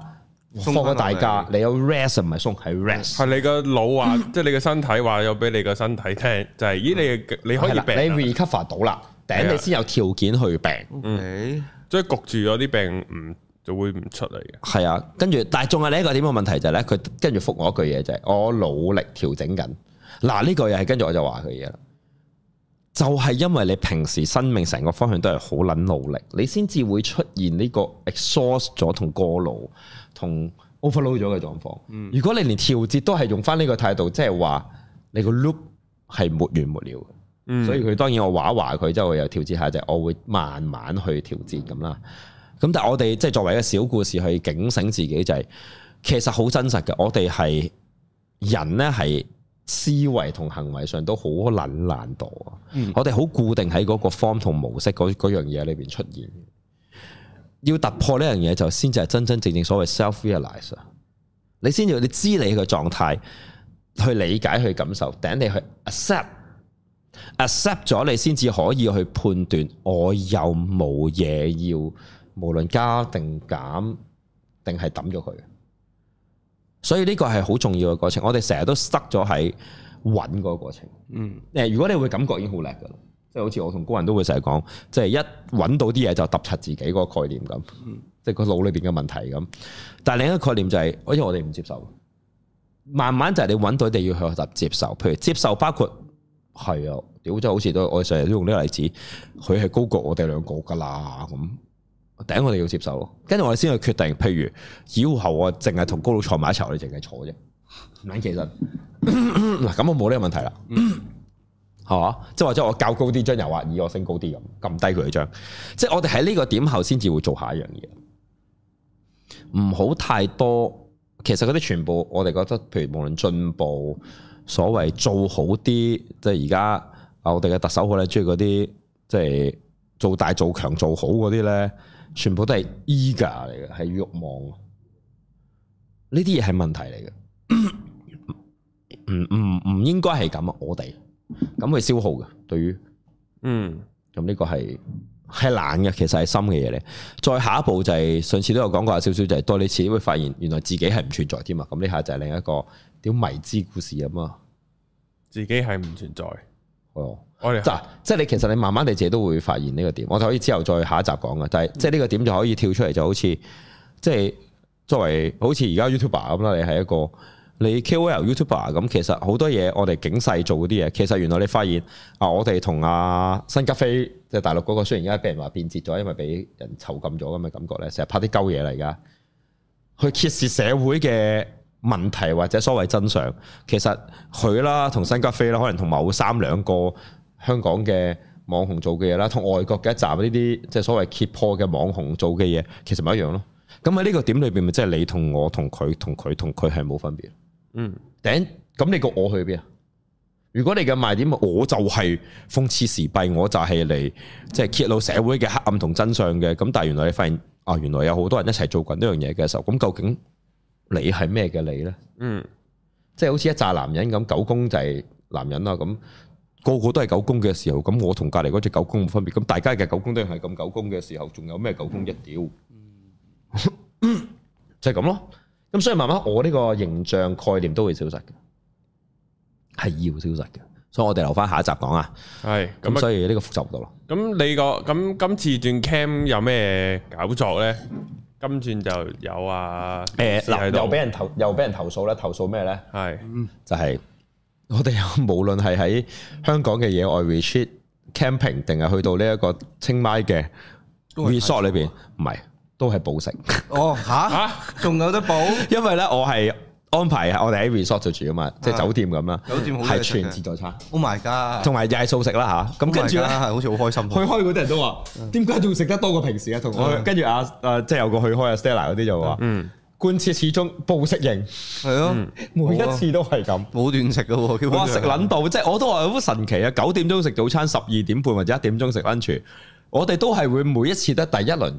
鬆
放咗大
返落
假
嚟，
你有 rest 唔係鬆，係 rest。
係你個腦 話，即係你個身體話有俾你個身體聽，就係咦你你可以
嗯係啦你
病啊，
recover 到啦，
係
頂
啊
嗯你先有條件去病。
，OK，
所以焗住咗啲病唔就會唔出嚟嘅。
係啊，跟住但係仲係呢一個點嘅問題就係咧，佢跟住覆我一句嘢就係我努力調整緊。嗱呢句又係跟住我就話佢嘢啦，就係因為你平時生命成個方向都係好撚努力，你先至會出現呢個 exhaust 咗同過勞同 overload 咗嘅狀況。如果你連調節都係用翻呢個態度，即係話你個 loop 係沒完沒了嘅。
嗯，
所以佢當然我話一話佢之後又調節下就係我會慢慢去調節咁啦。咁但係我哋即係作為一個小故事去警醒自己就係、其實好真實嘅，我哋係人呢係思維同行為上都好撚懶惰啊！我哋好固定喺嗰個 form 同模式嗰嗰樣嘢裏邊出現。要突破呢樣嘢就先至係真真正正所謂 self realize 啊！你先要你知你嘅狀態，去理解去感受，頂你去 accept。accept 咗你先至可以去判斷我有冇嘢要，無論加定減定係抌咗佢。所以呢個係好重要嘅過程，我哋成日都塞咗喺揾嗰個過程。
嗯，
誒，如果你會感覺已經好叻噶啦，即係好似我同高人都會成日講，即係一揾到啲嘢就揼柒自己嗰個概念咁，即係個腦裏邊嘅問題咁。但係另一個概念就係、因為我哋唔接受，慢慢就係你揾到你要去學習接受，譬如接受包括係啊，屌真係好似都我成日都用呢個例子，佢係高過我哋兩個噶啦咁。頂我哋要接受咯，跟住我哋先去決定。譬如，以後我淨係同高佬坐埋一齊，我哋淨係坐啫，唔撚其實嗱，咁我冇呢個問題啦。係嘛？即係或者我較高啲張油畫椅，我升高啲咁，撳低佢張。即係我哋喺呢個點後先至會做下一樣嘢，唔好太多。其實嗰啲全部我哋覺得，譬如無論進步，所謂做好啲，即係而家啊，我哋嘅特首好咧，中意嗰啲即係做大、做強、做好嗰啲咧，全部都係 eager 嚟嘅，係慾望。呢啲嘢係問題嚟嘅，唔唔唔應該係咁啊！我哋。咁佢消耗嘅，對於
嗯
咁呢個係係難嘅，其實係深嘅嘢嚟。再下一步就係、上次都有講過有少少，就係多你次會發現原來自己係唔存在添啊！咁呢下就係另一個屌迷之故事咁啊！
自己係唔存在，
哦，
我哋
嗱，即係你其實你慢慢你自己都會發現呢個點，我哋可以之後再下一集講嘅。但係即係呢個點就可以跳出嚟，就好似即係作為好似而家 YouTuber 咁啦，你係一個你 KOL YouTuber 咁，其實好多嘢我哋警世做嗰啲嘢，其實原來你發現啊，我哋同阿新加飛即係大陸嗰個，雖然而家俾人話變節咗，因為俾人囚禁咗咁嘅感覺咧，成日拍啲鳩嘢嚟㗎。去揭示社會嘅問題或者所謂真相。其實佢啦，同新加飛啦，可能同某三兩個香港嘅網紅做嘅嘢啦，同外國嘅一集呢啲即係所謂揭破嘅網紅做嘅嘢，其實咪一樣咯。咁喺呢個點裏邊，咪即係你同我同佢同佢同佢係冇分別。
嗯
頂，咁你個我去邊啊？如果你嘅賣點，我就係諷刺時弊，我就係嚟即係揭露社會嘅黑暗同真相嘅。咁但係原來你發現啊，原來有好多人一齊做緊呢樣嘢嘅時候，咁究竟你係咩嘅你呢？
嗯
即係好似一紮男人咁，狗公就係男人啦，咁個個都係狗公嘅時候，咁我同隔離嗰只狗公冇分別，咁大家嘅狗公都係咁狗公嘅時候，仲有咩狗公一屌？就係咁咯。咁所以慢慢我呢個形象概念都會消失嘅，係要消失嘅。所以我哋留翻下一集講啊。
係咁
咁
啊
所以呢個複雜唔到咯。
咁你個咁今次段 cam 有咩搞作咧？今轉就有啊，
誒
喺
嗱，
度
呃又俾人投又俾人投訴咧，投訴咩咧？
係
就係我哋有 無論係喺香港嘅野外 retreat camping，定係去到呢一個清邁嘅
都係啊
resort 裏邊，唔係都係暴食。
哦吓，
啊
仲有得補？
因為咧，我係安排我哋喺 resort 度住啊嘛，即係
啊
酒店咁啦，
酒店好嘢
係
食嘅
全自助餐，
Oh my god！
同埋又係素食啦吓，咁跟住咧
係。好似好開心
去
喎。
開嗰啲人都話：點解仲食得多過平時啊？同我
嗯
跟住阿啊，即係有個去開阿 Stella 嗰啲就話：
嗯
貫徹始終暴食型，
係咯，
每
啊
一次都係咁。
冇斷食嘅喎，基本
嗯
上
哇！食撚到，即係我都話好神奇啊！九點鐘食早餐，十二點半或者一點鐘食 lunch，我哋都係會每一次得第一輪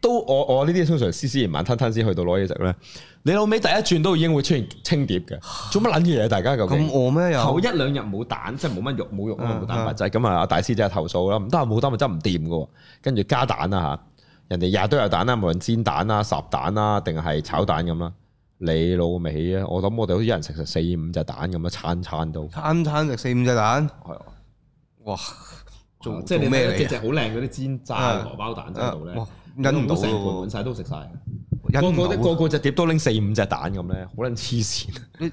都我我呢啲通常思思然慢吞吞先去到攞嘢食咧。你老尾第一轉都已經會出現清碟嘅，做乜撚嘢啊？大家究竟
咁餓咩又？
頭一兩日冇蛋，即係冇乜肉冇肉啊嘛
嗯
冇蛋白質，咁啊阿大師就係投訴啦，唔得啊冇蛋白質唔掂嘅喎，跟住加蛋啦嚇，人哋日日都有蛋啦，無論煎蛋啦、烚蛋啦，定係炒蛋咁啦。你老味啊！我諗我哋好似一人食食四五隻蛋咁啦，啊餐餐都。
餐餐食四五隻蛋，
係啊，
哇！做
即係
做
你
咩
咩
嚟
隻
啊
隻好靚嗰啲煎炸
啊
荷包蛋真係到咧
啊哇，
你都
忍唔到
成盤
喎
滿晒都食晒，個
忍唔
個
到啊
都個個隻碟都拎四五隻蛋咁咧，好撚黐 線。
你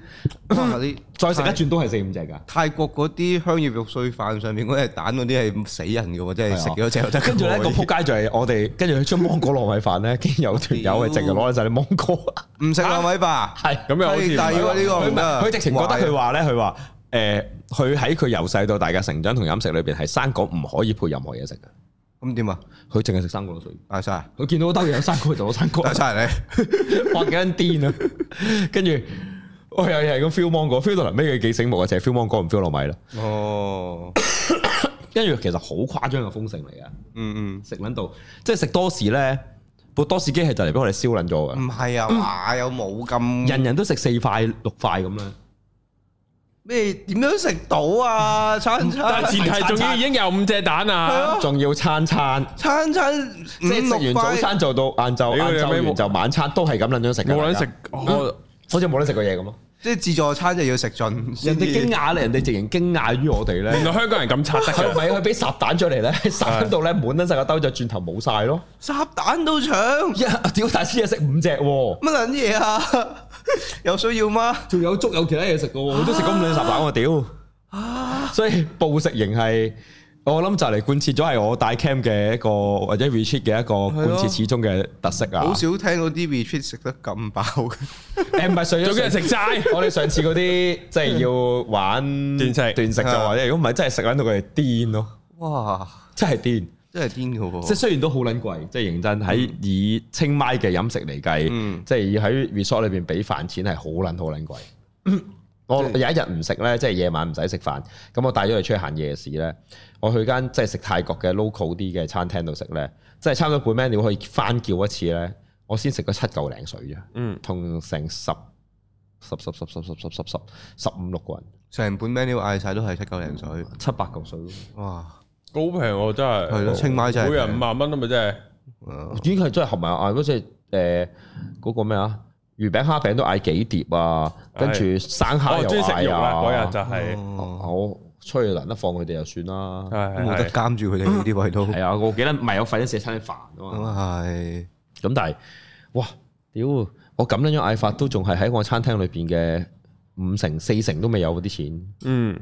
哇！你
再食一轉都係四五隻㗎。
泰國嗰啲香葉肉碎飯上面嗰啲蛋嗰啲係死人嘅喎，真係食幾多隻就得㗎喎。
啊跟 住咧個撲街就係我哋，跟住佢出芒果糯米飯咧，竟然有團友係淨係攞晒啲芒果，
唔食糯米吧？
係
咁又好似
係但係如果呢個
佢
唔
唔
得
係
啊
佢直情覺得佢話咧，佢話誒，佢喺佢由細到大嘅成長同飲食裏邊係生果唔可以配任何嘢食嘅，
咁點啊？
佢淨係食生果攞水。
大晒，
佢見到兜嘢有生果就攞生 果
大，晒你。
哇幾撚癲啊！跟住我又係咁 feel 芒果，feel 到臨尾佢幾醒目啊，淨係 feel 芒果唔 feel 糯米啦。
哦，
跟住其實好誇張嘅豐盛嚟嘅，
嗯
食撚到即係食多士咧，部多士機係就嚟俾我哋燒撚咗
嗯，唔
嘅，
係啊，話又冇咁
人人都食四塊六塊咁啦。
咩點樣食到啊？餐
但
餐
係前提仲要已經有五隻蛋啊！
仲要餐餐，
餐餐
即係食完早餐做到晏晝，
屌你
晏晝
咩
完就晚餐都係咁撚樣食嘅。
冇撚
大
食
家，嗯
我
好似冇撚食過嘢咁咯。
即係自助餐就要食盡。
人哋驚啊訝咧，人哋直情驚訝於我哋
原
咧。
來香港人咁拆得
佢
嘅，
咪佢俾烚蛋出嚟咧，烚到咧滿撚晒個兜，就轉頭冇晒咯。
烚蛋都搶
一 屌大師嘢食五隻喎，
乜撚嘢啊？ 有需要嗎？
仲有粥有其他嘢食嘅喎，我都食咁兩十蛋我屌。所以暴食型係我諗就嚟貫徹咗係我帶 cam 嘅一個或者 retreat 嘅一個貫徹始終嘅特色啊。
好少聽到啲 retreat 食得咁飽嘅。
誒唔係上咗
仲要係食齋。
我哋上次嗰啲即係要玩
斷食
斷食就啊話啫，如果唔係真係食撚到佢哋癲咯，
哇！
真係癲。
真係癲嘅喎。
即係雖然都好撚貴，即係認真喺以清邁嘅飲食嚟計，
嗯
即係要喺 resort 裏邊俾飯錢係好撚好撚貴。我
即
有一日唔食咧，即係夜晚唔使食飯，咁我帶咗佢出去行夜市咧。我去間即係食泰國嘅 local 啲嘅餐廳度食咧，即係差唔多半 menu 可以翻叫一次咧，我先食咗七嚿零水啫，
嗯，
同成十十十十十十十十十十五六個人，
成本 menu 嗌晒都係七嚿零水，
七百嚿水咯，
哇！
好平喎，真係
係咯清邁真係
每人
平
五萬蚊啊嘛，真係
誒
已經係真係合埋嗌嗰只誒嗰個咩啊？魚餅蝦餅都嗌幾碟啊，跟住生蝦
我
又
中意食
嗌
肉啦，嗰日就
啊！
係
哦啊
我出去難得放佢哋就算啦。
係
都冇
係
得監住 佢哋呢啲位都，
係啊，我記得唔係我費咗寫餐飯啊
咁
嘛。
係
咁但係，哇！屌，我咁樣樣嗌法都仲係喺我餐廳裏邊嘅五成四成都未有嗰啲錢，
嗯，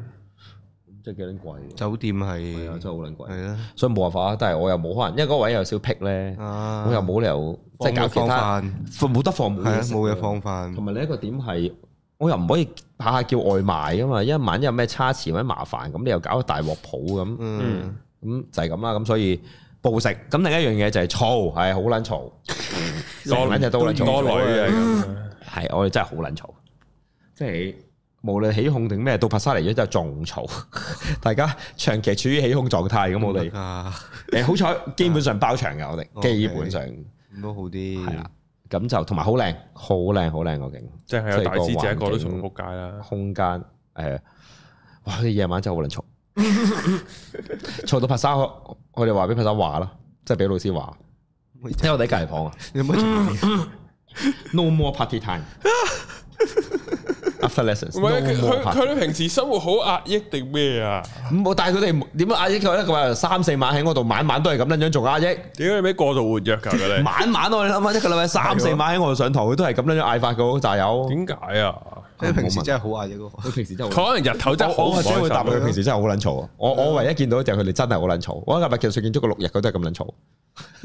真係幾撚貴嘅。
酒店
係啊，真
係
係好撚貴。
係啦，
所以冇辦法啊，但係我又冇可能，因為嗰位有少僻咧，
啊
我又冇理由即
放
係搞
冇
其
放
他，
飯，
冇得放冇
係啊
嘢食
冇
㗎
嘢放飯
同，埋另一個點係，我又唔可以下下叫外賣啊嘛，一晚有咩差池或者麻煩，咁你又搞個大鑊鋪咁，咁、
嗯
就係咁啦。咁所以暴食，咁另一樣嘢就係嘈，係好撚嘈，成撚日都好撚
多女啊
嘈，
嘅咁
係我哋真係好撚嘈，即係無論起控定咩，到帕沙嚟咗之後仲嘈， 大家長期處於起控狀態咁，我哋
啊
嗯
誒好 彩基本上包場嘅，
啊
我哋
OK
基本上
咁都好啲，
係啊啦，咁就同埋好靚，好靚，好靚個景。
即係有大師姐一個都
即係個
重
環境
仆街啦。
空間誒、呃哇！你夜晚真係好撚嘈，嘈到拍沙，我我哋話俾拍沙話啦，即係俾老師話，
喂
因為我哋喺隔離房啊
有冇 嘈
，no more party time。After
唔
lessons，
係佢
no more
佢
party
佢哋平時生活好壓抑定咩啊？
唔好，但係佢哋點樣壓抑佢咧？佢話三四晚喺我度，晚晚都係咁樣樣做 壓抑，
屌你咩過度活躍㗎 佢哋？
晚晚我哋諗下一個禮拜三四晚喺我度上堂，佢都係咁樣樣嗌法嘅嗰扎友。
點解啊？
即係平時真係好壓抑喎。
佢平時真係好
可能日頭真係好
我
唔
我
開
將會
心
答佢，
啊。
平時真係好撚嘈啊！我我唯一見到就係佢哋真係好撚嘈。我今日其實見足個六日，佢都係咁撚嘈。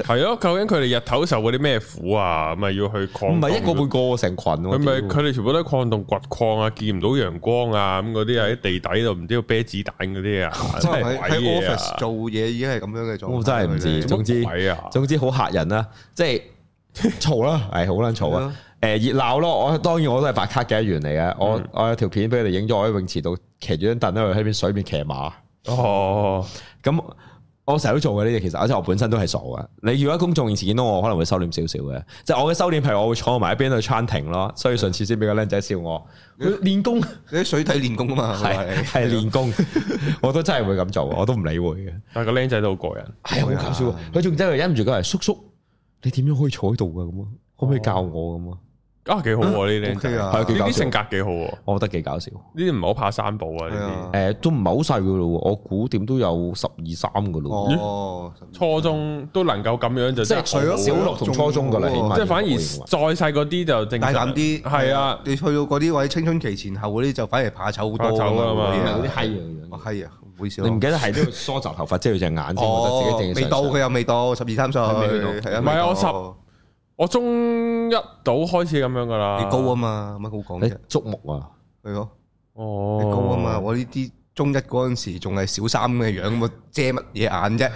係咯，究竟佢哋日頭受嗰啲咩苦啊？咪要去抗
唔係一個半個成群喎，
佢咪
屌
佢哋全部都喺礦洞掘礦啊，見唔到陽光啊，咁嗰啲喺地底度唔知要啤子彈嗰啲啊，
即係
乜鬼
喺喺
嘢啊
office 做嘢已經係咁樣嘅狀態，
我真係唔知
乜
總之
鬼啊，
總之好嚇人啦，即係嘈啦，係好撚嘈
係
啊
啊！
誒熱鬧咯，我當然我都係白卡嘅一員嚟嘅，我
嗯
我有條片俾佢哋影咗，我喺泳池度騎住張凳喺度喺邊水面騎馬，
哦，
咁我成日都做嘅呢啲，其實而且我本身都係傻嘅。你如果喺公眾面前見到我，我可能會收斂少少嘅，即係我嘅收斂係我會坐埋一邊度 chanting 咯，所以上次先俾個僆仔笑 我，佢練功。
你喺水底練功啊嘛，
係
係
係練 功，我都真係會咁做，我都唔理會嘅。
但係個僆仔都好過癮，
係啊，好搞笑啊！佢仲真係忍唔住佢係叔叔，你點樣可以坐喺度噶咁啊？可唔可以教我咁啊？
啊，幾好喎呢啲
OK 啊
呢
係幾搞
啲
笑
性格幾好喎，
哦我覺得幾搞笑。
呢啲唔好怕生保啊
係
呢
啊
誒，都唔係好細噶咯喎，我估點都有十二三噶咯喎。
哦，
嗯
啲，初中都能夠咁樣就
即
真
係
係
除咗小六同初中噶啦，起碼
即係反而再細嗰啲就正
大
常
膽啲，
係啊，
你去到嗰啲位青春期前後嗰啲就反而怕醜好多
怕醜啊嘛
嗰
嗰
啲
啲
閪
係
樣
我
樣。
係啊，唔好意思啊，
你唔記得係都要梳集頭髮遮住隻眼先，覺
哦
得自己正
未到佢又未到十二三歲，
係未到
係啊，
唔係啊
未
我
到
十我中一到開始咁樣噶啦，
你高啊嘛，乜好講
你
啫？
觸目啊！
係咯，
哦，
你高啊嘛，我呢啲中一嗰陣時仲係小三嘅樣，我遮乜嘢眼啫？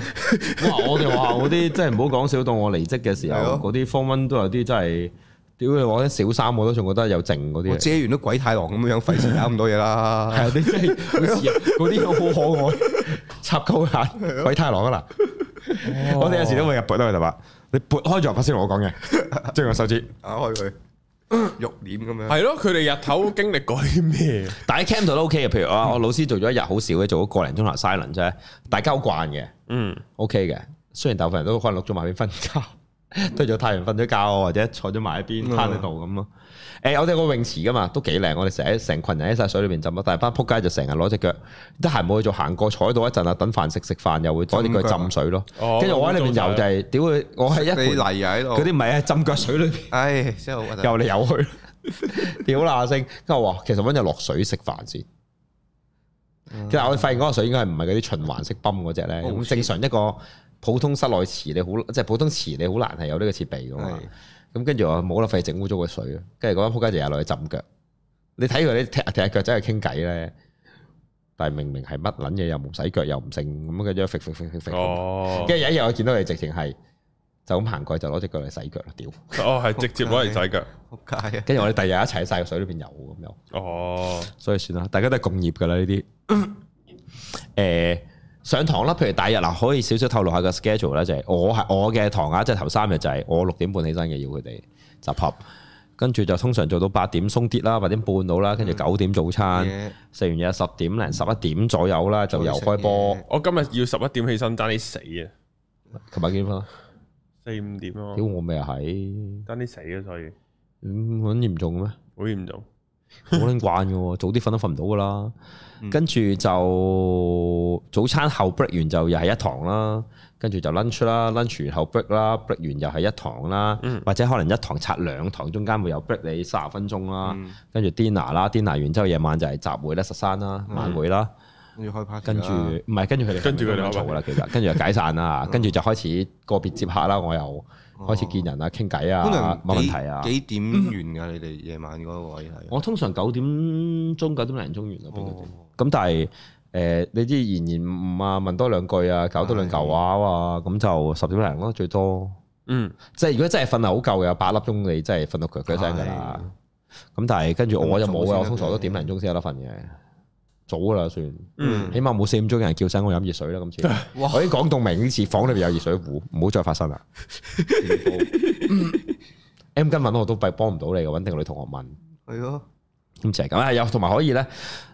哇！我哋學校嗰啲真係唔好講少，到我離職嘅時
係
候，
咯
嗰啲 form one 都有啲真係，屌你話啲小三我都仲覺得有剩嗰
我
啲嚟，啊
遮完都鬼太郎咁樣，費事搞咁多嘢啦。
係啊，啲真係好似啊嗰 啲好可愛，插鳩眼鬼太郎啊嗱！我哋有時都會入撥都係就話，你撥開咗髮先同我講 嘅，即係用手指。
打開佢，肉臉咁樣。
係咯，佢哋日頭經歷過啲 咩？
但喺 camp 度都 OK 嘅，譬如啊，我老師做咗一日好少嘅，做咗個零鐘頭 silent 啫，大家好慣嘅
嗯，
，OK 嘅。雖然大部分人都可能碌咗埋邊瞓覺， 對咗太陽瞓咗覺，或者坐咗埋一邊攤喺度咁咯。誒、我哋有個泳池噶嘛，都幾靚。我哋成日成群人喺晒水裏邊浸咯，但係班撲街就成日攞只腳，得閒冇嘢做行過坐喺度一陣啊，等飯食食飯又會攞只腳啊浸水咯。
哦
跟住我喺裏面
咁
游就係、屌佢，我係一
你
盤
泥啊喺
嗰
度，
啲唔係啊，浸腳水裏邊。
唉，真係好核突。
又嚟又去，屌啦聲！跟住我話，其實揾日落水食飯先。
嗯
其實我哋發現嗰個水應該係唔係嗰啲循環式泵嗰只咧。
Oh
咁
shit
正常一個普通室內池，你好即係普通池，你好難係有呢個設備噶嘛
係。
咁跟住我話冇啦，費事整污糟個水啦。跟住嗰班仆街就日落去浸腳。你睇佢哋踢踢下腳仔去傾偈咧，但係明明係乜撚嘢又唔洗腳又唔剩咁，跟住揈揈揈揈揈。
哦，
跟住有一日我見到佢哋直情係就咁行過去就攞只腳嚟洗腳啦，屌！
哦 係直接攞嚟洗腳，
仆街啊！
跟住我哋第日一齊喺晒個水裏邊游咁樣。
哦，
所以算啦，大家都係共業噶啦呢啲。诶、上堂啦，譬如第一日嗱，可以少少透露下個 schedule 啦，就係我係我嘅堂啊，即係頭三日就係我六點半起身嘅，要佢哋集合，跟住就通常做到八點鬆啲啦，八點半到啦，跟住九點早餐，
嘢
食完嘢十點零十一點左右啦，就游開波
食，
我今日要十一點起身，爭啲死啊，
琴日幾點瞓啊？
四五點咯
屌，我咪又係，
爭啲死啊，所以
嗯咁嚴重嘅咩？
好嚴重。
好撚慣嘅喎，早啲瞓都瞓唔到噶啦。跟住就早餐後 break 完就又係一堂啦，跟住就 lunch 啦，lunch 完後 break 啦，break 完又係一堂啦，或者可能一堂拆兩堂，中間會有 break 你三十分鐘啦，跟住 dinner 啦，dinner 完之後夜晚就係集會啦、實山啦、晚會啦，
跟住開 party
跟住
啦
唔係跟住佢哋
跟住佢哋
咁樣嘈啦，其實跟住就解散啦，跟住就開始個別接客啦，我又開始見人啊、傾偈
通
啊
常、
問問
哦幾
題啊。
幾點完㗎？你哋夜晚嗰個位係
我通常九點鐘、九點零鐘完啦，俾佢哋
哦。
咁但係誒，你知言言唔啊，問多兩句啊，搞多兩嚿話啊，咁就十點零咯，最多。
嗯，
即係如果真係瞓得好夠嘅，八粒鐘你真係瞓到腳腳聲㗎啦。咁但係跟住我就
咁
冇
早先
嘅，
得
我通常都
嘅
點零鐘先有得瞓嘅，早㗎啦算。
嗯
起碼冇四點鐘有人叫醒我飲熱水啦，今次。
哇
我已經講到明，呢次房裏邊有熱水壺，唔好再發生啦。M 跟問我都幫唔到你嘅，揾定個女同學問。
係咯，
咁就係咁啊！有同埋可以咧，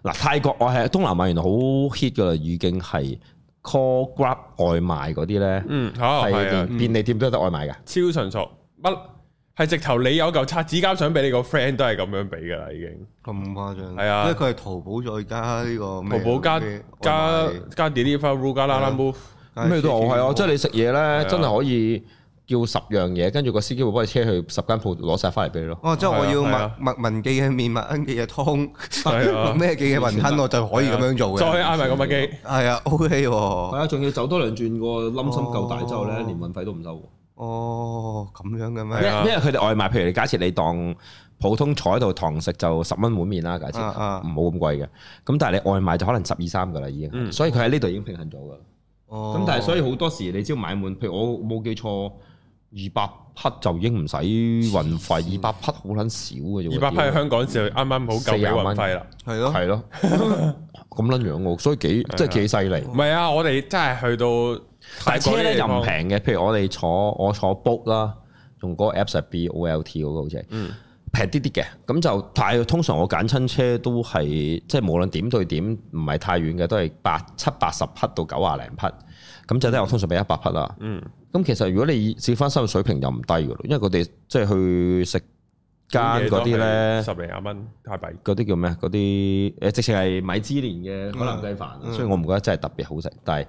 嗱泰國我係東南亞原來好 hit 噶啦，已經係 call grab 外賣嗰啲咧，
嗯，好
係
係啊，
連便利店都有得外賣噶。
超純熟，乜係直頭你有嚿擦紙膠想俾你個 friend 都係咁樣俾噶啦，已經。
咁誇張
係啊
因為佢係淘寶再加呢個
淘
咩
寶加
咩外
加
賣
加 Deliveroo 加 Lala Move，
加
咩都有係啊！即係你食嘢咧，
啊
真係可以叫十樣嘢，跟住個司機會幫你車去十間鋪攞晒翻嚟俾你咯。
哦，即係我要
係
麥
啊
麥文記嘅麵、麥恩記嘅
係啊
湯、 咩記嘅 雲吞，我就可以咁樣做嘅。
再嗌埋個麥記，
係啊，OK 喎。
哦
啊，仲要走多兩轉個冧
心夠大之後呢連
運費都唔收。
哦，咁樣嘅
因
係
咩？
啊
因為佢哋外賣，譬如你假設你當普通坐喺度堂食就十蚊碗麵啦，假設
啊啊
唔好咁貴嘅。咁但係你外賣就可能十二三噶啦已經，
嗯
所以佢喺呢度已經平衡咗噶啦。
哦
咁、但係所以好多時你只要買滿，譬如我冇記錯，二百匹就已經唔使運費，二百匹好撚少嘅啫喎。
二百批喺香港時候啱啱好夠俾運費啦。
係咯，
係咯，咁撚樣喎，所以幾即係幾犀利。
唔係啊，我哋真係去到泰
但係
國呢
車咧
啲地
就唔
方，
平嘅，譬如我哋坐我坐 book 啦，用嗰個 apps 係 B O L T 嗰個好似係，平啲啲嘅。咁就但係通常我揀親車都係即係無論點對點，唔係太遠嘅，都係八七八十匹到九啊零匹。咁就咧，我通常俾一百匹啦。
嗯
咁其實如果你試翻生活水平又唔低嘅咯，因為佢哋即係去食間嗰啲咧，
十零廿蚊太幣，
嗰啲叫咩？啊嗰啲誒，直情係米芝蓮嘅海南雞飯，
嗯
雖然我唔覺得真係特別好食，但係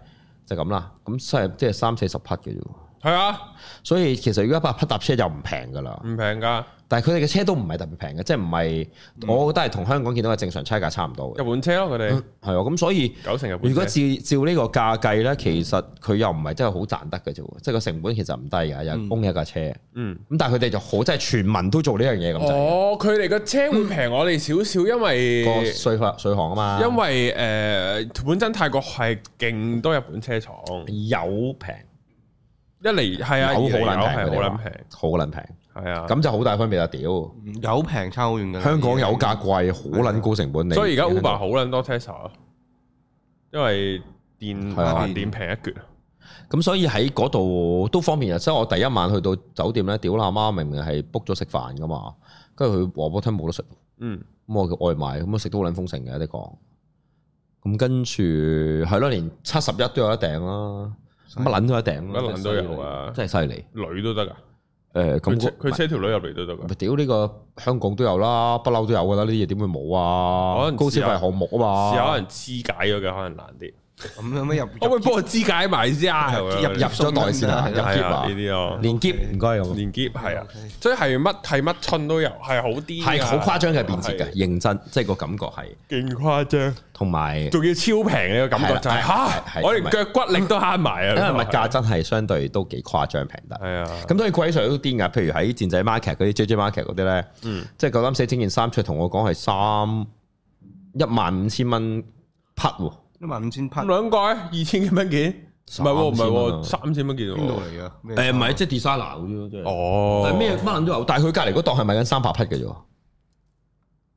就咁啦。咁真係即係三四十匹嘅啫喎。
係啊，
所以其實如果一百匹搭車就唔平噶啦，
唔平噶，
但係佢哋嘅車都唔係特別平嘅，即係唔係，
嗯
我覺得係同香港見到嘅正常差價差唔多
日
嘅，
本車咯，佢哋
係啊，咁所以
嗯九成日本車
如果照照呢個價計咧，其實佢又唔係真係好賺得嘅啫喎，即係個成本其實唔低㗎，又供一架車，咁
嗯。
但係佢哋就好，即係全民都做呢樣嘢咁滯，
哦，佢哋個車會平我哋少少，因
個
為
税法税項啊嘛，
因為诶本身泰國係勁多日本車廠，
有平
一嚟係啊，
有好
二嚟有
撚平，
係
佢
好
哋
撚
話
平，
好撚平，
係啊。
咁就好大分別啦，屌！
有平差好遠嘅。
香港有價貴，好撚高成本，你
啊所以而家
你喺
Uber 好撚多 Tesla 咯，因為電
係啊
電電平一橛。
咁所以喺嗰度都方便啊！即係我第一晚去到酒店咧，屌啦媽，明明係 book 咗食飯噶嘛，跟住佢話俾我聽冇得食，
嗯，
咁我叫外賣，咁我食到好撚豐盛嘅，你講。咁跟住係咯，連七十一都有一訂啦，乜撚都有一訂啦，
乜撚都有啊
真係犀利。
女都得噶，佢
誒咁
車
個
佢車條女入嚟都得噶
咪。屌呢個香港都有啦，不嬲都有噶啦，呢啲嘢點會冇啊
可？能
高消費項目啊嘛，
有人肢解咗嘅可能難啲，
咁有咩入
可唔可以幫我肢解埋先啊？入
入
入咗袋先啊，入
係
結
啊
啊
呢，啲咯，
連結唔該咁。
連結係啊，所以係乜係乜春都有，係好啲㗎，
係好誇張嘅變節嘅，
係，
認真即係個感覺係，
勁誇張，
同埋因
仲要超平嘅個感覺就係
係啦係係
吓，
係
我連腳骨力都慳埋啊！
為物價真係相對都幾誇張平得。
係啊，
咁當然貴上都癲㗎，譬如喺戰仔 market 嗰啲 JJ market 嗰啲咧，
嗯
即係夠膽死整件衫出嚟同我講係三一萬五千蚊匹喎，
一啊萬五千匹
咁啊兩個二千幾蚊件，唔係喎唔係
啊
喎，三千蚊件
邊度
喎，
嚟啊？
誒
誒
唔係即係 designer 嗰啲咯，即係
哦，
但係咩乜撚都有，但係佢隔離嗰檔係賣緊三百匹嘅啫喎。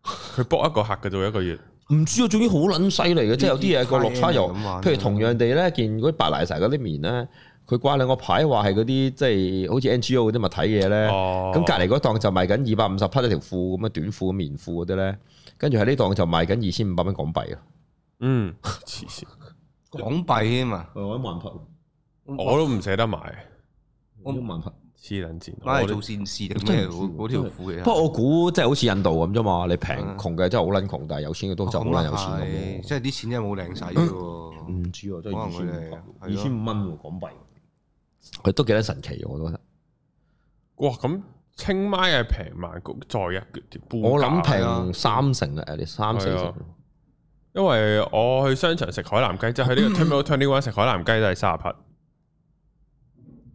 佢 book 一個客嘅做一個月，
唔知啊，總之好撚犀利嘅，即係啊有啲嘢個落差又，
啲 friend 咁玩啊
譬如同樣地咧，見嗰啲白奶茶嗰啲面咧，佢掛兩個牌話係嗰啲即係好似 NGO 嗰啲物體嘢咧，
哦
咁隔離嗰檔就賣緊二百五十匹一條褲咁啊短褲、棉褲嗰啲咧，跟住喺呢檔就賣緊二千五百蚊港幣啊，
嗯，黐線，
港幣添啊！
我一萬匹，
我都唔捨得買，
我一萬匹。
黐撚線，
買嚟
我都
做善事定咩？
真係唔知喎
嗰條褲嘅。
不過我估即係好似印度咁啫嘛，你平
嗯
窮嘅真係好撚窮，但係有錢嘅都就好撚有
啊
錢咁
啊係
喎。
即係啲錢真係冇零使嘅喎。
唔知喎，真係二
可
千
能佢
五
哋
百，
係
二
咯
千五蚊喎港幣，佢都幾得神奇喎，我覺得。
哇咁清邁係平萬谷再一橛條半價
我諗
係啊
平三成啦，你三四
係啊
成。
因為我去商場食海南雞，即係去呢 個 Terminal Twenty One 食海南雞都係三十匹，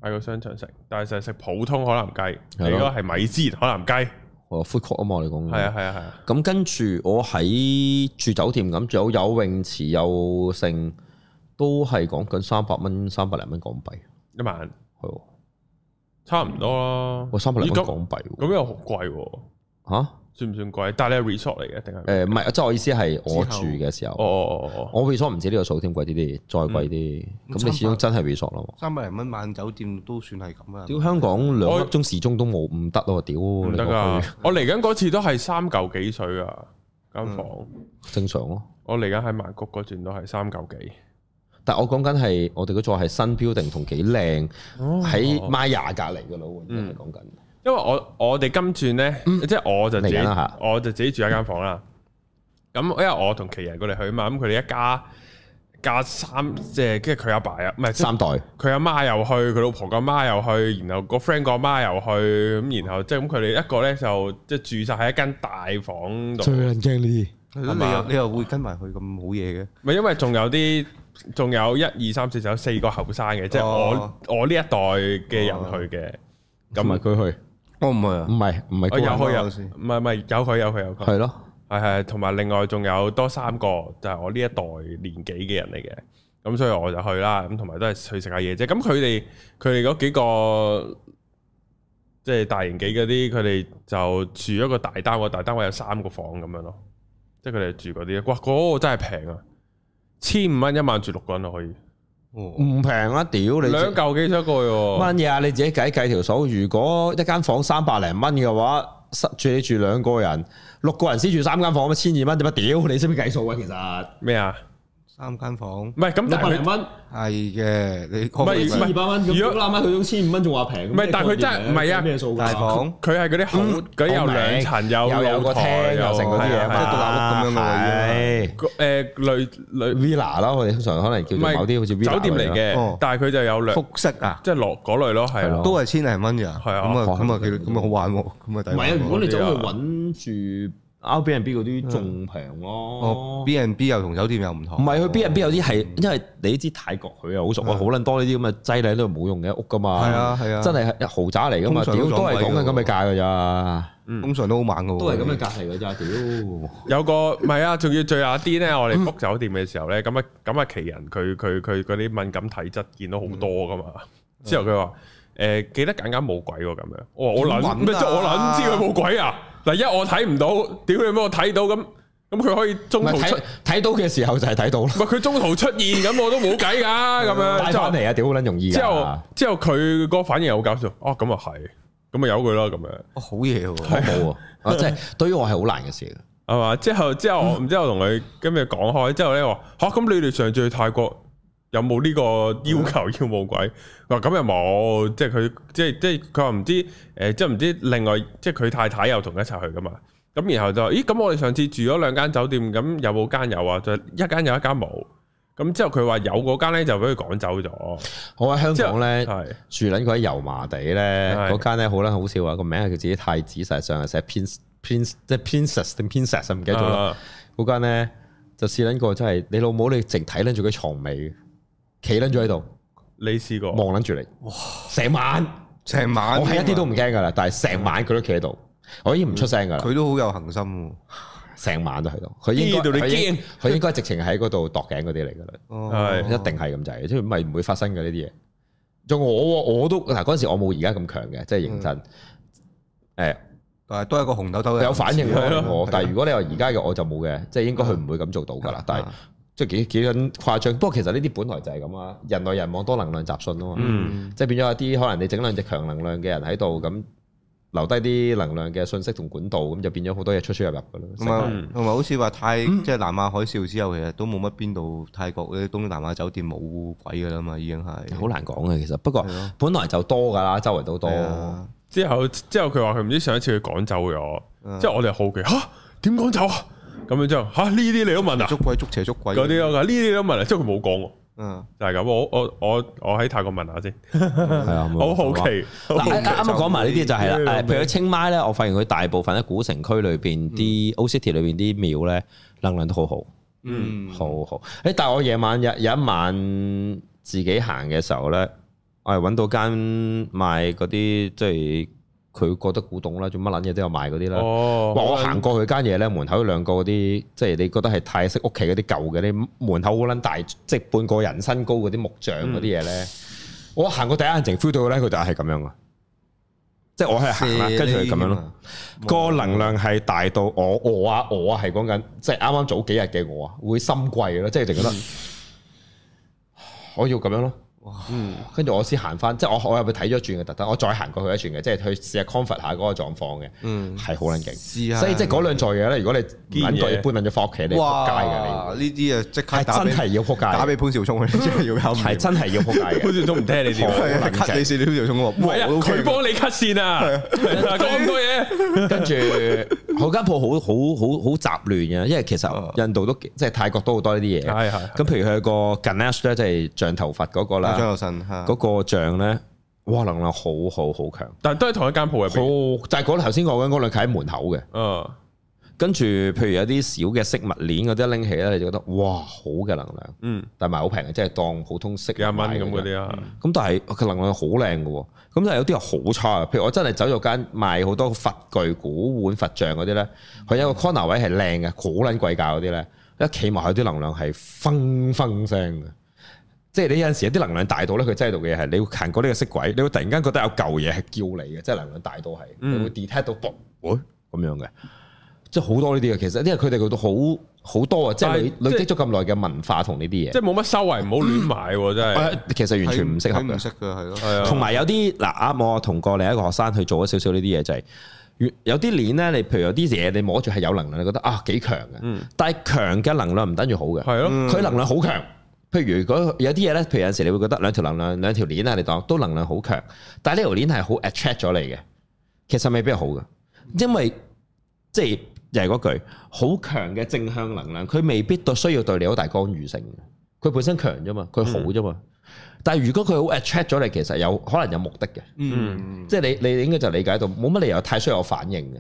喺個商場食，但係就係食普通海南雞，
係咯
你嗰個係米芝蓮海南雞，
我 food court 啊嘛，我哋講。
係啊。係啊係啊，
咁跟住我喺住酒店咁，仲有有泳池有剩，都係講緊三百蚊、三百零蚊港幣，
一萬
係喎，
差唔多啦。
我三百零
嗯咦
蚊
咁
港幣喎
咁又好貴喎，
嚇？
算唔算貴？但係你係 resort 嚟嘅定係？
誒唔係，即係我意思係我
之後
住嘅時
哦嗯
候，
哦哦哦，
我 resort 唔止呢個數添貴啲啲，再貴啲，咁你始終真係 resort 啦嘛。
三百零蚊晚酒店都算係咁啊！
屌香港兩粒
我
鐘時鐘都冇唔得咯，屌
唔
你
得
個區
㗎！我嚟緊嗰次都係三嚿幾水啊間房，
正常咯。
我嚟緊喺曼谷嗰轉都係三嚿幾。
但我講緊係我哋嗰座係新 building 同幾靚，喺 Maya 隔離嘅咯，已
嗯
經係講緊。
哦因為我我哋今轉呢，即係我就自己
嗯嚟緊啦嚇
我就自己住一間房啦。咁因為我同奇人過嚟去啊嘛，咁佢哋一家家三即係跟住佢阿爸啊，唔係即係
三代
佢阿媽又去，佢老婆個媽又去，然後個 friend 個媽又去，咁然後即係咁佢哋一個呢，就即係住晒喺一間大房度，
撚驚呢啲，
係咯，你又你又會跟埋佢咁好嘢嘅？
咪因為仲有啲仲有一二三四就有四個後生嘅，即係我
哦
我呢一代嘅人去嘅，
咁咪佢去，
我唔係啊
唔，係唔係
我
佢
有
去，
佢有，
有先
唔係唔係有佢有佢有佢。
係咯，
係係，同埋另外仲有多三個，就係、我呢一代年紀嘅人嚟嘅，咁所以我就去啦，咁同埋都係去食下嘢啫。咁佢哋佢哋嗰幾個即係大型幾嗰啲，佢哋就住一個大單位，大單位有三個房咁樣咯，即係佢哋住嗰啲。哇，嗰、個真係平啊！千五蚊一晚住六個人都可以，
哦
唔平啊！屌你
兩嚿幾出一個喎，
乜嘢啊？你自己計計條數，如果一間房三百零蚊嘅話，塞住你住啊兩個人，六個人先住三間房，咁千二蚊點乜屌？你識唔識計數啊？其實
咩啊？
三間房
唔係咁，但
百
係
零
佢
蚊，
係嘅，你可唔可以
唔
千
係
二百蚊，咁
如
屌
果
啦媽，佢都千五蚊仲話平，
唔係但係佢真係唔係啊
咩數㗎
大房？
佢係嗰啲好嗰啲有兩層有
又有個
個台
廳又成嗰啲嘢
係啊
嘛，
即係獨立屋咁樣嘅喎
誒
係
類類
villa 啦，我哋通常可能叫做
唔
某啲好
係
似 villa
酒店嚟
咁樣，
哦
嘅，但係佢就有兩
複式啊？
即係落嗰類咯，係
係咯
咯。
都係千零蚊咋，
哦係啊
咁啊
哇
咁啊幾咁啊好玩喎，咁啊抵
唔係
玩
啊，如果
喎。
你走去揾住
啊
Airbnb 嗰啲仲平
哦
咯。
，B and B 又同酒店又唔同，
唔係佢 B N B 有啲係，因為你知泰國佢又好熟啊，
係
好撚多呢啲咁嘅擠你喺度冇用嘅屋噶嘛，
係啊係啊
真係豪宅嚟噶
通
嘛，屌
常
都
都
係講緊咁嘅價㗎咋，
通常都好猛嘅喎，
都係咁嘅隔離㗎咋，屌！
有個唔係啊，仲要最阿啲咧，我哋
嗯
book 酒店嘅時候咧，咁啊咁啊，奇人佢佢佢嗰啲敏感體質見到好多噶嘛。
嗯
之後佢話：誒記得揀間冇鬼喎咁樣。我話我
點
撚
揾
咩
啊
即係我撚知佢冇鬼啊！嗱，一我睇唔到，屌你咩我睇到咁，咁佢可以中
唔係
途出
睇，睇到嘅時候就係睇到啦
唔，係佢中途出現咁，我都冇計 㗎咁樣。
帶
之後
翻嚟啊，屌好撚容易㗎
之後之後佢個反應係好搞笑，哦咁啊係，咁啊由佢啦咁樣，
哦，好嘢喎，
冇啊！啊，即係對於我係好難嘅事。
係嘛？之後之後我唔知我同佢今日講開，之後咧話吓咁你哋上次去泰國有冇呢個要求要冇鬼？話咁又冇，即係佢即係即係佢話唔知誒、即係唔知另外即係佢太太又同佢一齊去噶嘛。咁然後就話咦咁我哋上次住咗兩間酒店，咁有冇間有啊？就一間有一間冇。咁之後佢話有嗰間咧就俾佢趕走咗，
我喺香港咧
係
住撚嗰喺油麻地咧，
啊係
嗰間咧好撚好笑啊！個名係叫自己太子，實際上係寫 prince prince 即係 princess 定 princess 啊唔記得咗啦。
啊
嗰間咧就試撚過，真係你老母你淨睇撚住佢床尾，企撚咗喺度
你試過？
望撚住你，成晚
成晚
我係一啲都唔驚噶啦，但係成晚佢都企喺度，我已經唔出聲噶啦，
佢都好有恒心喎，
成晚都喺度。佢應
呢
該
度你
佢應
驚
佢應該直情喺嗰度度頸嗰啲嚟噶 啦。
哦
係
一定係咁滯，即係唔係唔會發生嘅呢啲嘢。仲我喎我都嗱嗰陣時我冇而家咁強嘅，即係認真。誒、
但係都係個紅
嗯
豆豆嘅
有反應
人士
嘅我，但係如果你話而家嘅我就冇嘅，即係應該佢唔會咁做到㗎啦。但係
啊
即係幾幾咁誇張。不過其實呢啲本來就係咁啊，人來人往多能量集信啊嘛。
嗯
即係變咗有啲可能你整兩隻強能量嘅人喺度，咁留低啲能量嘅信息同管道，咁就變咗好多嘢出出入入㗎啦。
啊
同埋
嗯
同埋好似話泰
嗯
即係南亞海嘯之後，其實都冇乜邊度泰國嗰啲東南亞酒店冇鬼㗎啦嘛，已經係
好難講嘅其實，不過
係咯
本來就多㗎啦，周圍都多。
係啊
之後之後佢話佢唔知上一次佢趕走咗，
嗯
之後我哋好奇吓點趕走啊？咁樣之後吓呢啲你都問啊？
捉鬼捉邪捉鬼
嗰啲咯，佢話呢啲你都問啊？之後佢冇講喎，
嗯
就係咁。我我我我喺泰國問下先，
係啊，冇
好好
錯啊
奇。
嗱，啱啱啱講埋呢啲就係
呢
啦，
樣
誒，譬如喺清邁咧，我發現佢大部分喺古城區裏邊
嗯
啲 O City 裏邊啲廟咧，能量都好好，
嗯
好好。誒，但係我夜晚有有一晚自己行嘅時候咧，我係揾到間賣嗰啲即係佢覺得古董啦，做乜撚嘢都有賣嗰啲啦。
哦，
哇！我行過佢間嘢咧，門口有兩個嗰啲，即係你覺得係泰式屋企嗰啲舊嘅啲門口好撚大，即係半個人身高嗰啲木像嗰啲嘢咧。我行過第一眼淨 feel 到咧，佢就係咁樣啊！即係我係行啦，跟住佢咁
啊
樣咯。，個能量係大到我我啊我啊係講緊，即係啱啱早幾日嘅我啊，會心悸咯，即係就覺得
嗯
我要咁樣咯。嗯，跟住我先行翻，即係我我入去睇咗一轉嘅特登，我再行過去一轉嘅，即係去試下 comfort 下嗰個狀況嘅，
嗯，
係好撚勁。
試下
所以即係嗰兩座嘢咧，如果你唔
堅嘢
撚覺要搬撚咗翻屋企，你仆街嘅
哇！呢啲啊即
你，
刻打
係
俾
真係要仆街，
打俾潘兆聰，啊你真 係要有
係真係要 仆街
好
嘅。
似都唔聽你 哋
好
喎。
係啊，cut 你先，潘兆聰
唔
喎，哇
係啊，
我都
佢
OK
幫你 cut 線啊，講咁多嘢。
跟住佢間鋪好好好好雜亂嘅，因為其實印度都哦即係泰國都好多呢啲嘢。
係係
咁譬如佢有個 Ganesh 咧，即係象頭髮嗰個
啊張
啦，
有信嚇
嗰個像咧，哇能量好好好強，
但都係同一間鋪入
好
邊。
就係嗰頭先講緊嗰兩喺門口嘅。
嗯，
跟住譬如有啲小嘅飾物鏈嗰啲拎起咧，你就覺得哇好嘅能量，
嗯，
但係賣好平嘅，即係當普通飾
幾廿蚊咁嗰
啲。
啲啊。
咁但係佢能量好靚嘅喎，咁但係有啲係好差嘅。啊譬如我真係走咗間賣好多佛具、古玩、佛像嗰啲咧，佢有個 corner 位係靚嘅，好撚貴價嗰啲咧，一企埋佢啲能量係分分聲嘅。即係你有陣時有啲能量大到咧，佢真係度嘅嘢係你會行過呢個色鬼，你會突然間覺得有舊嘢係叫你嘅，即係能量大到係，
嗯
你會 detect 到噃，喂咁樣嘅，即係好多呢啲嘅。其實因為佢哋佢都好好多啊，即係累
但係
累積咗咁耐嘅文化同呢啲
即係
嘢
冇乜收圍，唔好亂買喎，真係。
誒，其實完全唔適合
睇
嘅嗯
唔。識嘅係咯，
係啊
同埋有啲嗱啱，我同過另一個學生去做咗少少呢啲嘢，就係、越有啲鏈咧，你譬如有啲嘢你摸住係有能量，你覺得啊幾強嘅，但係強嘅能量唔等於好嘅，
係咯
佢能量好強。譬如如果有啲嘢咧，譬如有陣時你會覺得兩條能量兩條鏈啊，你當都能量好強，但係呢條鏈係好 attract 咗你嘅，其實未必係好嘅，因為即係又係嗰句，好強嘅正向能量，佢未必對需要對你好大干預性嘅，佢本身強啫嘛，佢好啫嘛。但係如果佢好 attract 咗你，其實有可能有目的嘅。
嗯，
即係你你應該就理解到冇乜理由太需要有反應嘅。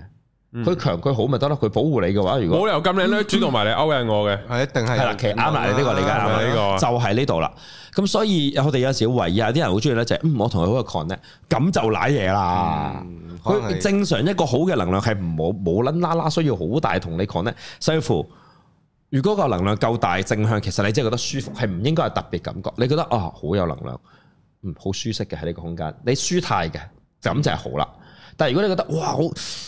佢強佢好咪得咯，佢保護你嘅話，如
冇
果
理由咁靚女主動埋嚟勾引我嘅，
係一定係
係啦，其實啱啦，你呢個理解啱啦，
係呢
哦
個
嗯就係呢度啦。咁所以我哋有時懷疑啊，有啲人好中意咧就係嗯我同佢好有 connect，咁就賴嘢啦。
嗯可能
佢
係
正常一個好嘅能量係唔冇冇撚啦啦需要好大同你 connect，甚至乎如果個能量夠大正向，其實你真係覺得舒服，係唔應該係特別感覺。你覺得啊好有能量，嗯好舒適嘅喺呢個空間，你舒泰嘅咁就係好啦。但係如果你覺得哇好，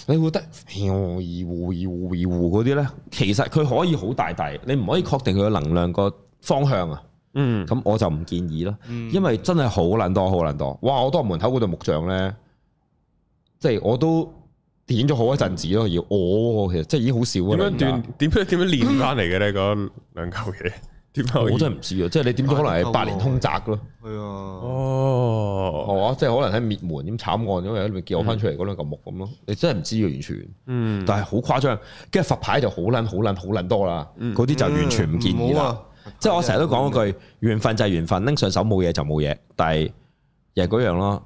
你會覺得妖二胡二胡二胡嗰啲咧，其實佢可以好大大，你唔可以確定佢嘅能量個方向啊。
嗯，
咁我就唔建議啦，因為真係好撚多，好撚多。哇！我當門口嗰度木像咧，即係我都點咗好一陣子咯，要我其實即係已經好少
點
㗎啦
樣斷？點樣點樣練翻嚟嘅咧？嗰兩嚿 嘢點解可以
我真係唔知啊！即係你點咗可能係百年通宅咯，
係啊，
哦，
係嘛？即係可能喺滅門咁慘案，因為喺裏面叫我翻出嚟嗰兩嚿木咁咯。你真係唔知啊嘅完全，
嗯，
但係好誇張。跟住佛牌就好撚好撚好撚多啦，
嗯
嗰啲就完全唔建議
唔好
啦。
啊
即係我成日都講嗰
啊
句，緣分就係緣分，拎上手冇嘢就冇嘢，但係又係嗰樣咯。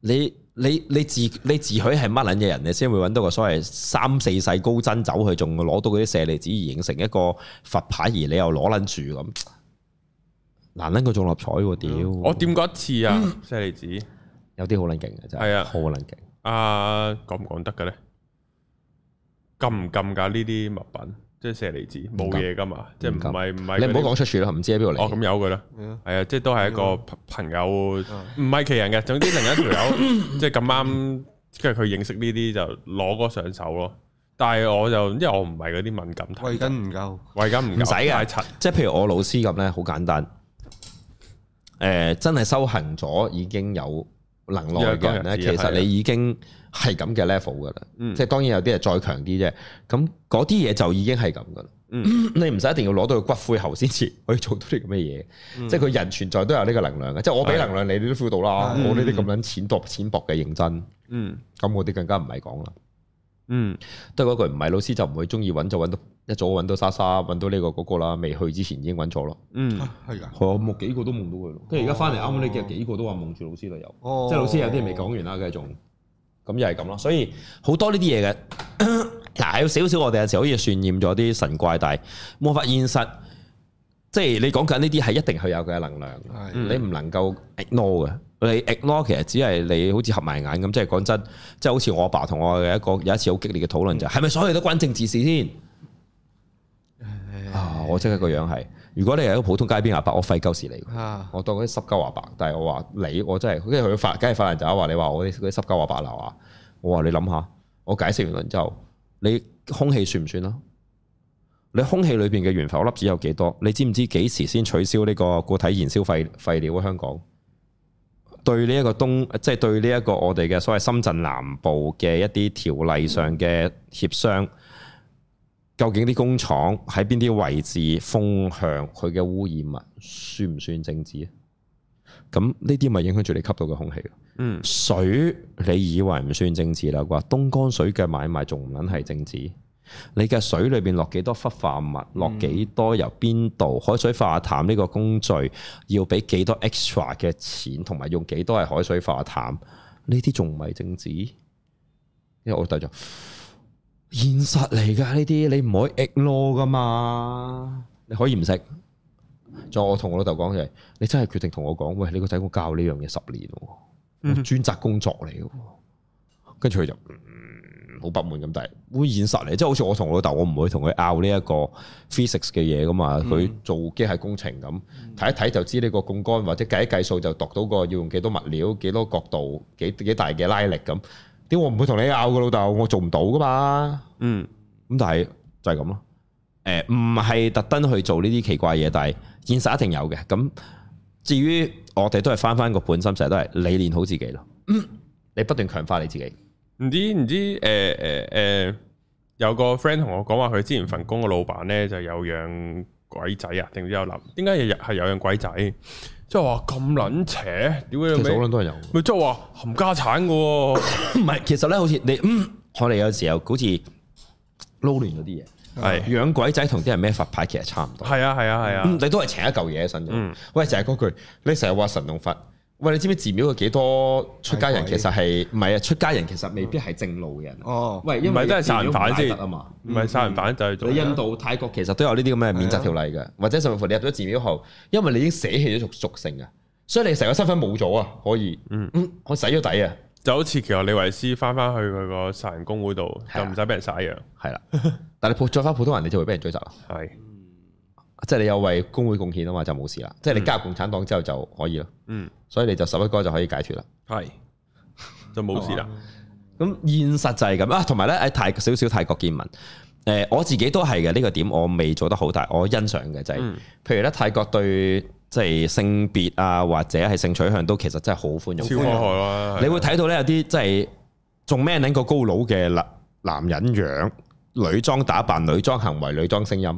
你你你自你自詡係乜撚嘢人，你先會揾到個所謂三四世高僧走去，仲攞到嗰啲舍利子而形成一個佛牌，而你又攞撚住咁，難撚過中六合彩喎屌！
我掂過一次啊，西利子，
有啲好撚勁嘅真
係
係，
啊
好撚勁。
啊講唔講得嘅咧？禁唔禁㗎呢啲物品？即係舍利子冇嘢㗎嘛？即係唔
唔禁
係唔係嗰
你
啲？
唔好講出處啦，唔知喺邊度
哦，
嚟。
咁有㗎啦。
係啊
系啊，即系都系一個朋朋友，唔係奇人嘅。總之另一條 友即係咁啱，跟住佢認識呢啲就攞嗰上手咯。但係我就因為我唔係嗰啲敏感體，
喂根唔夠，
胃感唔夠
唔使嘅
太柒，
即係譬如我老師咁咧，好簡單。誒、真係修行咗已經有能耐嘅人咧，
有
其
一個日子啊
實你已經係咁嘅 level 噶啦。
嗯
即係當然有啲係再強啲啫。咁嗰啲嘢就已經係咁噶啦。
嗯
你唔使一定要攞到佢骨灰喉先至可以做到啲咁嘅嘢。
嗯
即係佢人存在都有呢個能量嘅。即係我俾能量你，你都 feel 到啦。
嗯
我呢啲咁撚淺薄、淺薄嘅認真，
嗯
咁我啲更加唔係講啦。
嗯
都係嗰句，唔係老師就唔會中意揾就揾到一早揾到莎莎，揾到呢個嗰個啦。未去之前已經揾咗咯。
嗯，
係㗎。
係啊，夢幾個都夢到佢咯。跟住而家翻嚟啱啱呢幾日幾個都話夢住老師都有，
哦
即係老師有啲未講完啦，繼續。咁又係咁咯，所以好多呢啲嘢嘅。嗱，有少少我哋有時好似渲染咗啲神怪，但係冇法現實。即係你講緊呢啲係一定係有佢嘅能量，
係
你唔能夠 ignore 嘅。你 ignore 其實只係你好似合埋眼咁，即係講真，即係好似我阿爸同我嘅一個有一次好激烈嘅討論就係，係咪所有嘢都關政治事先？啊！我即係個樣係，如果你係一個普通街邊阿伯，我費鳩事你。
啊，
我當嗰啲濕鳩話白，但係我話你，我真係，跟住佢發，梗係發爛渣話你話我啲嗰啲濕鳩話白鬧啊！我話你諗下，我解釋完之後，你空氣算唔算啦？你空氣裏邊嘅懸浮粒子有幾多？你知唔知幾時先取消呢個固體燃燒廢廢料啊？香港對呢一個東，即係對呢一個我哋嘅所謂深圳南部嘅一啲條例上嘅協商。究竟啲工廠喺邊啲位置、風向、佢嘅污染物算唔算政治啊？咁呢啲咪影響住你吸到嘅空氣咯。
嗯
水你以為唔算政治啦啩？東江水嘅買賣仲唔撚係政治？你嘅水裏邊落幾多氟化物，落幾多由邊度海水化淡呢個工序要俾幾多 extra 嘅錢，同埋用幾多係海水化淡？呢啲仲唔係政治？因為我對咗現實嚟㗎呢啲，你唔可以 ignore 噶嘛。你可以唔識。仲有我同我老豆講就係，你真係決定同我講，喂，你個仔我教呢樣嘢十年喎，我專責工作嚟嘅喎。跟住佢就嗯好不滿咁，但係會現實嚟，即係好似我同我老豆，我唔會同佢拗呢一個 physics 嘅嘢噶嘛。佢做機械工程咁睇一睇就知呢個槓桿或者計一計數就度到個要用幾多物料、幾多角度、幾幾大嘅拉力咁。點我唔會同你拗嘅老豆，我做唔到噶嘛。
嗯
咁但係就係咁咯。誒唔係特登去做呢啲奇怪嘢，但係現實一定有嘅。咁至於我哋都係翻翻個本心，成日都係你練好自己咯。你不斷強化你自己，
唔知唔知诶诶诶，有個 friend 同我講話，佢之前份工個老闆咧就有養鬼仔啊，定唔知有諗點解日日係有養鬼仔？即係話咁撚邪，屌
其實
你
好
咪
撚多人有。
咪即係話冚家產嘅喎，
唔係，其實咧，好似你，嗯，我哋有時候好似撈亂咗啲嘢。
係
養鬼仔同啲人咩佛牌其實差唔多，
係啊係啊係
嗯
啊，
你都係請一嚿嘢喺身嘅
嗯。
喂，就係嗰句，你成日話神同佛，喂，你知唔知寺廟有幾多出家人
係
其
鬼
實係唔係啊？出家人其實未必係正路嘅人。
哦，
喂，因
唔係
為
都係殺人犯先
寺廟唔打得啊嘛。
唔係殺人犯就係啊做
你印度、泰國其實都有呢啲咁嘅免責條例嘅，或者甚至乎你入咗寺廟後，因為你已經捨棄咗俗俗性啊，所以你成個身份冇咗啊，可以，
嗯
嗯，我洗咗底啊，
就好似其實李維斯翻翻去佢個殺人公會度，
係
就
啊
唔使俾人殺一樣，
係啦， 但係你普再翻普通人，你就會俾人追責啦，
係
即係你有為工會貢獻啊嘛，就冇事啦，即係你加入共產黨之後就可以咯，
嗯
所以你就十一哥就可以解脱啦。
係就冇事啦，
哦咁現實就係咁啊，同埋咧喺泰少少泰國見聞，誒、我自己都係嘅呢個點，我未做得好大，我欣賞嘅就係、
嗯
譬如咧泰國對即係性別啊或者係性取向都其實真係好寬
超
容，
可愛啦，
你會睇到咧有啲即係仲咩撚個高佬嘅男男人樣、女裝打扮、女裝行為、女裝聲音。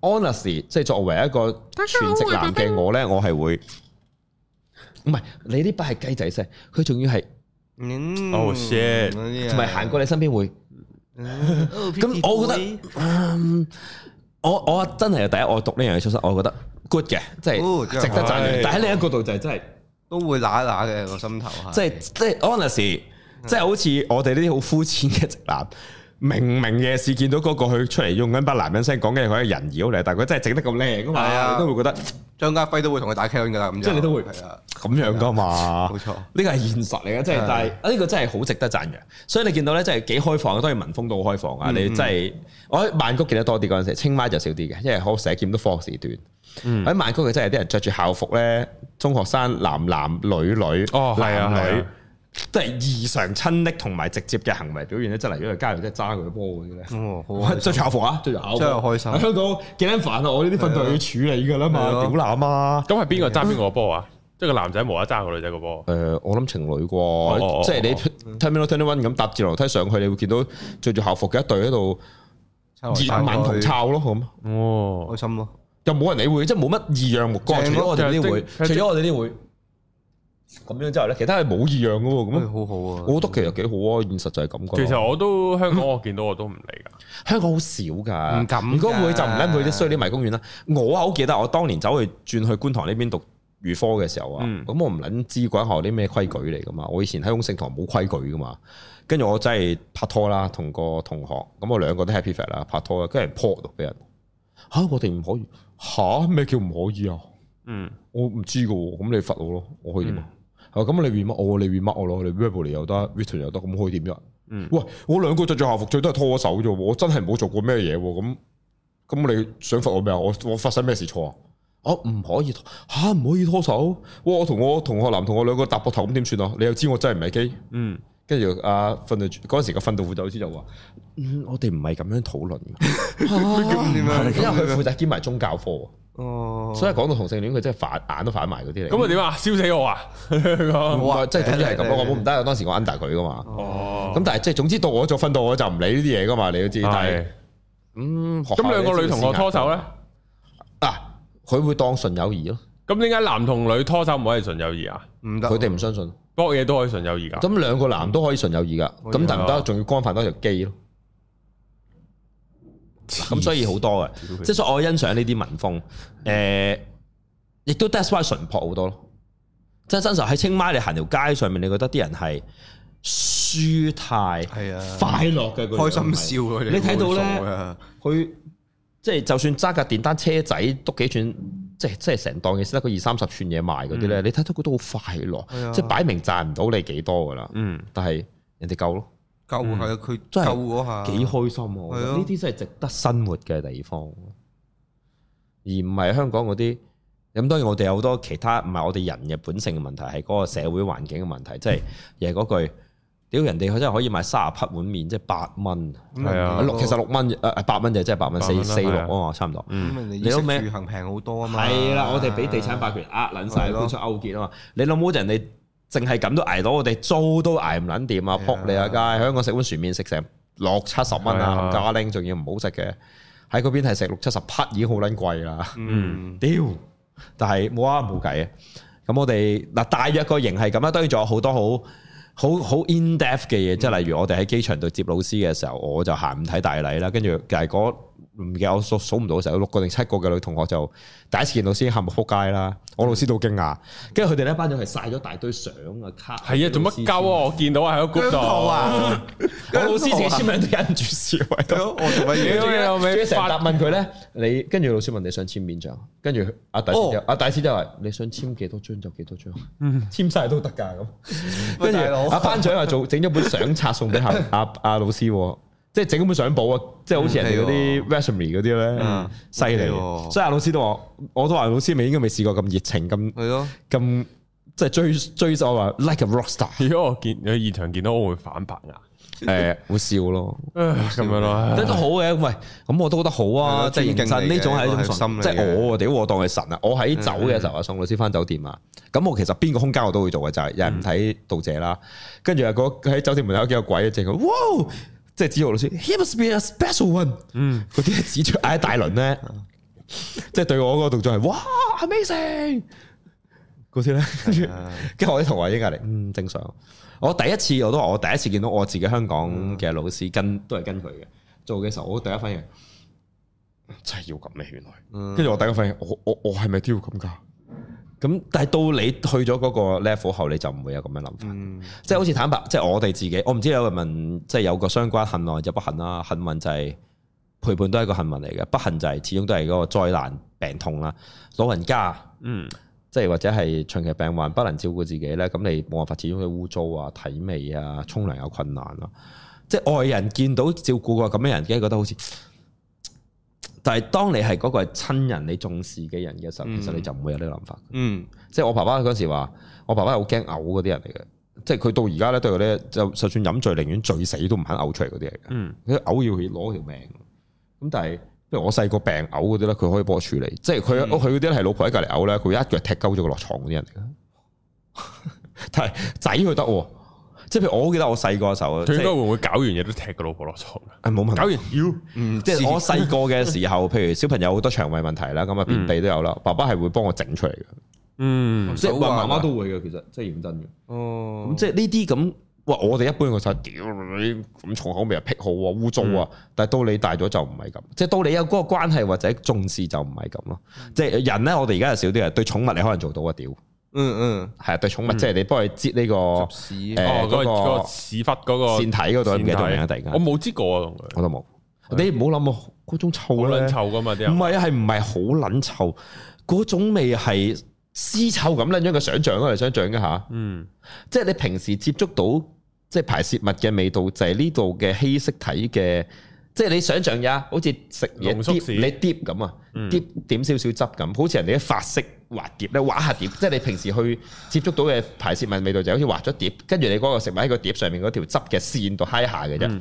Honestly，即係作為一個全職男嘅我咧，我係會唔係你呢把係雞仔聲，佢仲要係
嗯
Oh shit
同埋行過你身邊會。咁我覺得，嗯我我真係第一，我讀呢樣嘢出身，我覺得 good 嘅，即係
Good，
值得讚揚
係。
但喺另一個角度就係真係。
都會揦揦嘅個心頭係，
即係即係 honest，即係
嗯
好似我哋呢啲好膚淺嘅直男，明明夜市見到嗰個佢出嚟用緊把男人聲講嘅，佢係人妖嚟，但係佢真係整得咁靚噶
係啊
嘛，你都會覺得
張家輝都會同佢打 K 㗎啦，咁就
即係你都會
係啊，
咁樣噶嘛
冇。錯。
呢個係現實嚟嘅，即係
係
但係呢個真係好值得讚揚。所以你見到咧，真係幾開放，啊當然民風都好開放啊！你真係我喺曼谷見得多啲嗰陣時，清邁就少啲嘅，因為我成日見到科學時段。喺曼谷嘅真係有啲人着住校服咧，中學生男男女女，
哦係啊
男
係
女
啊。
都係異常親昵同埋直接嘅行為表現咧，真係如果加入真係揸佢波嗰啲咧，
哦，好
我
啊
着住校服啊，着住校服，
真係開心
喺香港幾撚煩啊！我呢啲訓隊要處理㗎啦嘛，
係啊
屌乸啊！
咁係邊個爭邊個波啊？即係個男仔無啦啦爭個女仔個波，
誒、呃我諗情侶
哦
啩，即係你 Terminal Twenty One 咁搭住樓梯上去，你會見到着住校服嘅一隊喺度
抽嚟
熱
打
吻同
佢
抄咯，咁
哦，
開心咯，
又冇人理會，即係冇乜異樣目光，除
正咯
咗我哋呢
正
會，
正
除咗我哋呢會，咁樣之後咧，其他係冇異樣嘅喎，
咁
咁
好好啊，
嗯我覺得其實幾好啊，現實就係咁
嗯
㗎
其
啦。
實我都香港我見到我都唔理噶，
香港好少㗎，
唔敢㗎
如果會就唔撚去啲衰啲迷公園啦。我啊好記得，我當年走去轉去觀塘呢邊讀預科嘅時候啊，
嗯
咁、我唔撚知嗰間學校啲咩規矩嚟噶嘛。我以前喺永盛堂冇規矩噶嘛，跟住我真係拍拖啦，同個同學，咁我兩個都 happy fat 啦，拍拖啦，跟住 po 到俾人吓、我哋唔可以吓咩、叫唔可以啊？
嗯，
我唔知噶喎，咁你罰我咯，我可以點啊？係嘛咁你 r e m a r 我，你 r e m a r 我咯，你 verbal 又得 written 又得，咁可以點啫？
嗯
喂，我兩個着住校服，最多係拖手啫喎，我真係冇做過咩嘢喎，咁咁你想罰我咩啊？我我發生咩事錯啊？我唔可以拖嚇，唔可以拖手。哇！我同我同學男同學兩個搭膊頭咁點算啊？你又知我真係唔係基，
嗯，
跟住啊訓導主嗰陣時個訓導輔導老師就話：嗯，我哋唔係咁樣討論嘅，
咁點 啊？
因為佢負責兼埋宗教科喎，
哦，
所以講到同性戀佢真係反眼都反埋嗰啲嚟。
咁啊點啊？燒死我啊！
唔
哇
係，即係總之係咁咯。
嚟嚟
我冇唔得，我當時我 under 佢噶嘛。
哦，
咁但係即係總之到我做訓導，我就唔理呢啲嘢噶嘛，你都知。但係
係
嗯，學校
咁兩個女同學拖手
呢
咧，
啊，佢會當純友誼咯。
咁點解男同女拖手唔可以純友誼啊？
唔得，
佢哋唔相信。
搏嘢都可以純友誼㗎，
咁兩個男都可以純友誼
啊
噶，咁得唔得？仲要干犯多條基咯。咁所以好多嘅，即係所以我欣賞呢啲民風。誒，亦都 that's why 淳樸好多咯。即係真實喺清邁，你行條街上面，你覺得啲人係舒泰、
係啊
快樂嘅，
開心笑佢哋，
你睇到咧
好傻啊
佢即係就算揸架電單車仔篤幾寸，即係即係成檔嘢先得個二三十寸嘢賣嗰啲咧，你睇到佢都好快樂，
係啊
即係擺明賺唔到你幾多噶啦，
嗯，
但係人哋夠咯，
救係啊，佢救
嗯真係
嗰下
幾開心啊！我覺
係
得
啊
呢啲真係值得生活嘅地方，而唔係香港嗰啲。咁當然我哋有好多其他唔係我哋人嘅本性嘅問題，係嗰個社會環境嘅問題，即係又係嗰句，屌人哋佢真係可以買三十匹碗麵，即係八蚊，
係啊
六其實六蚊，誒八呃蚊就真係八蚊，
八
四
蚊啦
四六
係啊
啊嘛，差唔多。
咁人哋衣
你老
食
味
住行平好多啊嘛，
係啦，我哋俾地產霸權呃撚晒，
係咯
搬出勾結啊嘛。你老母人哋淨係咁都捱到，我哋租都捱唔撚掂啊！
係啊
撲你啊街！香港食碗船麵食成六七十蚊
係啊
啊，加拎仲要唔好食嘅，喺嗰邊係食六七十匹已經好撚貴啦。
嗯，
屌！但係冇啊，冇計啊。咁我哋嗱，大約個型係咁啦。當然仲有好多好好好 in depth 嘅嘢，即
嗯
係例如我哋喺機場度接老師嘅時候，我就行唔睇大禮啦。跟住就係嗰唔記得我數數唔到嘅時候，六個定七個嘅女同學就第一次見老師喊到撲街啦。我老師都好驚訝，跟住佢哋呢班友係晒咗大堆相啊卡。
係啊，做乜鳩啊？我見到啊喺個 group
姜濤
度，
啊，
我老師自己簽名都忍住笑啊喺度。
我做乜嘢？
屌你老
跟
味，
住成日
發
答問佢咧，你跟住老師問你想簽邊張，跟住阿大師就阿大師就話你想簽幾多張就幾多張，簽晒都得㗎咁。
喂
跟住
大佬
阿班長又做整咗本相冊送俾阿阿阿老師喎，即係整咗本相簿啊，即係好似人哋嗰啲 resume 嗰啲咧
嗯，
犀利
好嘢喎
喎。所以阿老師都話，我都話老師咪應該未試過咁熱情咁
係咯，
咁。即係追追就話 like a rock star，
如果我見喺現場見到，我會反白眼，
誒會笑咯，
唉咁樣咯
即。都好嘅，喂，咁我都覺得好
係
啊，
咯
即係
尊
認
敬嚟
真
嘅
呢種係一種
係心理
信，
嘅嗯
即係我屌我當係神啊！我喺走嘅時候啊，送老師翻酒店啊，咁我其實邊個空間我都會做嘅，就係有
嗯
人唔睇道謝啦，跟住啊嗰喺酒店門口有幾個鬼淨係，哇！即係指導老師，He must be a special one，嗯，嗰啲指住嗌一大輪咧，
嗯
即係對我嗰個動作係哇 amazing 嗰啲咧，跟住跟住我啲同學已經壓力，嗯正常。我第一次我都話我第一次見到我自己香港嘅老師跟都係跟佢嘅做嘅時候，我第一反應真係要咁嘅原來。跟住我第一個反應，我我我係咪都要咁㗎？咁但係到你去咗嗰個 level 後，你就唔會有咁樣諗法。即係好似坦白，即係我哋自己，我唔知有人問，即係有個相關幸運就不幸啦。幸運就係陪伴都係一個幸運嚟嘅，不幸就係始終都係嗰個災難病痛啦。老人家，
嗯，
即係或者係長期病患不能照顧自己咧，咁你冇辦法，始終佢污糟啊、體味啊、沖涼有困難啊。即係外人見到照顧個咁嘅人，梗係覺得好似。但係當你係嗰個係親人，你重視嘅人嘅時候，其實你就唔會有呢個諗法。
嗯，
即係我爸爸嗰時話，我爸爸係好驚嘔嗰啲人嚟嘅，即係佢到而家咧對佢咧，就就算飲醉，寧願醉死都唔肯嘔出嚟嗰啲嚟嘅。
嗯，
佢嘔要佢攞條命。咁但係，譬如我細個病嘔嗰啲咧，佢可以幫我處理。即係
嗯
佢佢嗰啲係老婆喺隔離嘔咧，佢一腳踢鳩咗佢落床嗰啲人嚟嘅。但係仔佢得喎，即係譬如我好記得我細個嘅時候，即
佢應該會
係
唔會搞完嘢都踢個老婆落床？
啊冇問題
搞。完要
嗯
即係我細個嘅 時候，譬如小朋友好多腸胃問題啦，咁啊便秘都有啦，爸爸係會幫我整出嚟嘅。
嗯
即係
手啊
話媽媽都會嘅，其實即係認真嘅。
哦，
咁即係呢啲咁，哇！我哋一般個晒屌你咁重口味啊，癖好啊，污糟啊，
嗯
但係到你大咗就唔係咁，即係到你有嗰個關係或者重視就唔係咁咯。
嗯
即係人咧，我哋而家係少啲嘅，對寵物你可能做到啊，屌
嗯
係啊，對寵物即係你幫佢擠呢個
嗯，屎
誒
哦，嗰個
嗰個
嗰個屎忽嗰個
腺體嗰度，唔記得咗名啊，
腺
突
體
然間
我冇知過啊，同佢
我都冇。你唔好諗啊，嗰種臭
好
咧
撚，臭噶嘛啲
唔
人，
係啊，係唔係好撚臭？嗰種味係屍臭咁撚樣嘅想像啊，你想像一下。
嗯
即係你平時接觸到即係排泄物嘅味道，就係呢度嘅稀釋體嘅，即係你想象呀，好似食嘢
濃縮
碟
屎嗯
你碟咁啊，碟點少少汁咁，好似人哋啲法式滑碟咧，滑下碟，即係你平時去接觸到嘅排泄物味道就好似滑咗碟，跟住你嗰個食物喺個碟上面嗰條汁嘅線度揩下嘅啫。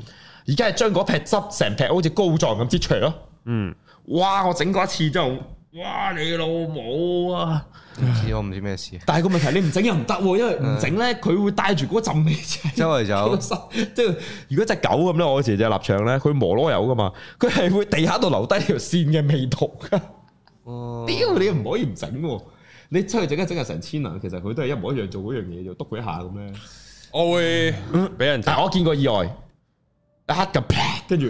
而家係將嗰撇汁成撇好似膏狀咁擠出嚟咯。
嗯，
哇！我整過一次之後，哇！你老母啊！
唔知我唔知咩事，
但係個問題你唔整又唔得喎，因為唔整咧佢會帶住嗰陣味啫。
周圍走
即係如果只狗咁咧，我以前只立場咧，佢磨螺油噶嘛，佢係會地下度留低條線嘅味道噶。
哦，
屌你唔可以唔整喎！你出去整一整係成千能，其實佢都係一模一樣做嗰樣嘢，就篤佢一下咁咧。
我會俾人
但係我見過意外，一黑咁啪，跟住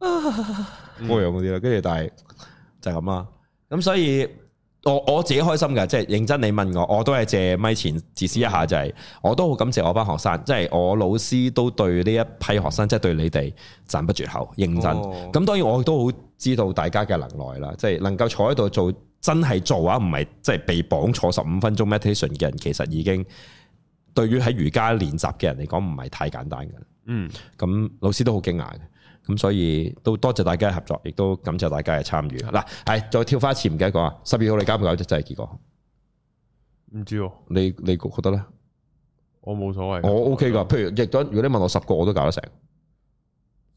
嗰樣嗰啲啦，跟住但係就係咁啦。咁所以我我自己開心㗎，即係認真你問我，我都係借咪前自私一下，就係、我都好感謝我班學生，即係我老師都對呢一批學生，即係對你哋讚不絕口，認真。
哦
咁、當然我都好知道大家嘅能耐啦，即係能夠坐喺度做真係做啊，唔係即係被綁坐十五分鐘 meditation 嘅人，其實已經。對於喺瑜伽練習嘅人嚟講，唔係太簡單嘅。
嗯，
咁老師都好驚訝嘅。咁所以都多謝大家嘅合作，亦都感謝大家嘅參與。嗱，係再跳翻一次，唔記得講啊！十二號你搞唔搞啫？真係結果，
嗯唔知喎，
你你覺得咧？
我冇所謂，
我哦 OK 噶。譬如亦都，如果你問我十個，我都搞得成。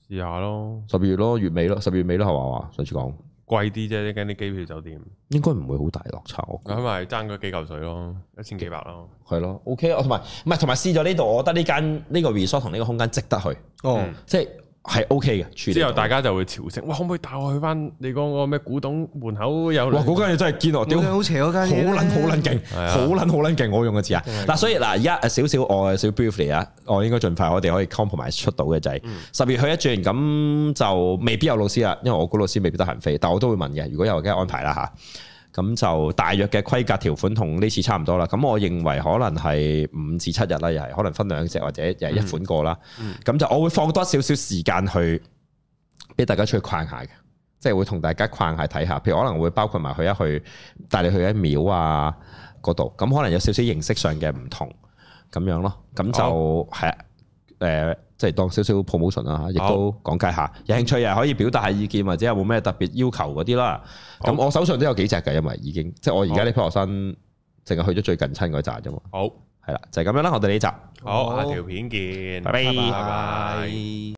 試下咯，
十二月咯，月尾咯，十二月尾咯，係嘛？上次講
貴啲啫，一間啲機票酒店，
應該唔會好大落差，我
咁咪爭嗰幾嚿水咯，一千幾百咯。
係咯，OK，我同哦埋唔係同埋試咗呢度，我覺得呢間呢個 resort 同呢個空間值得去，嗯
哦，
即係係 OK 嘅處理。
之後大家就會朝聖，哇！可唔可以帶我去翻你講嗰個咩古董門口有？
哇嗰間嘢真係堅我屌
屌！好邪嗰間
好
嘢
撚
呢
好撚勁，
係啊
好撚好撚勁，我用個字啊！嗱，所以嗱，而家誒少少我少 briefly 啊，我應該盡快我哋可以 compromise 出到嘅就係十月去一轉，咁就未必有老師啦，因為我估老師未必得閒飛，但我都會問嘅，如果有嘅安排啦吓，咁就大約嘅規格條款同呢次差唔多啦。咁我認為可能係五至七日啦，又係可能分兩隻或者又係一款過啦。咁、就我會放多少少時間去俾大家出去逛下嘅。即係會同大家逛下睇下，譬如可能會包括埋去一去帶你去一廟啊嗰度，咁可能有少少形式上嘅唔同咁樣咯，咁就係啊誒、即係當少少 promotion 啦嚇，亦都講解下，有興趣又可以表達下意見或者有冇咩特別要求嗰啲啦。咁我手上都有幾隻嘅，因為已經即係我而家呢批學生淨係去咗最近親嗰扎啫嘛，
好
係啦，就係、咁樣啦，我哋呢集。
好，
好
下條片見，
拜拜
拜拜。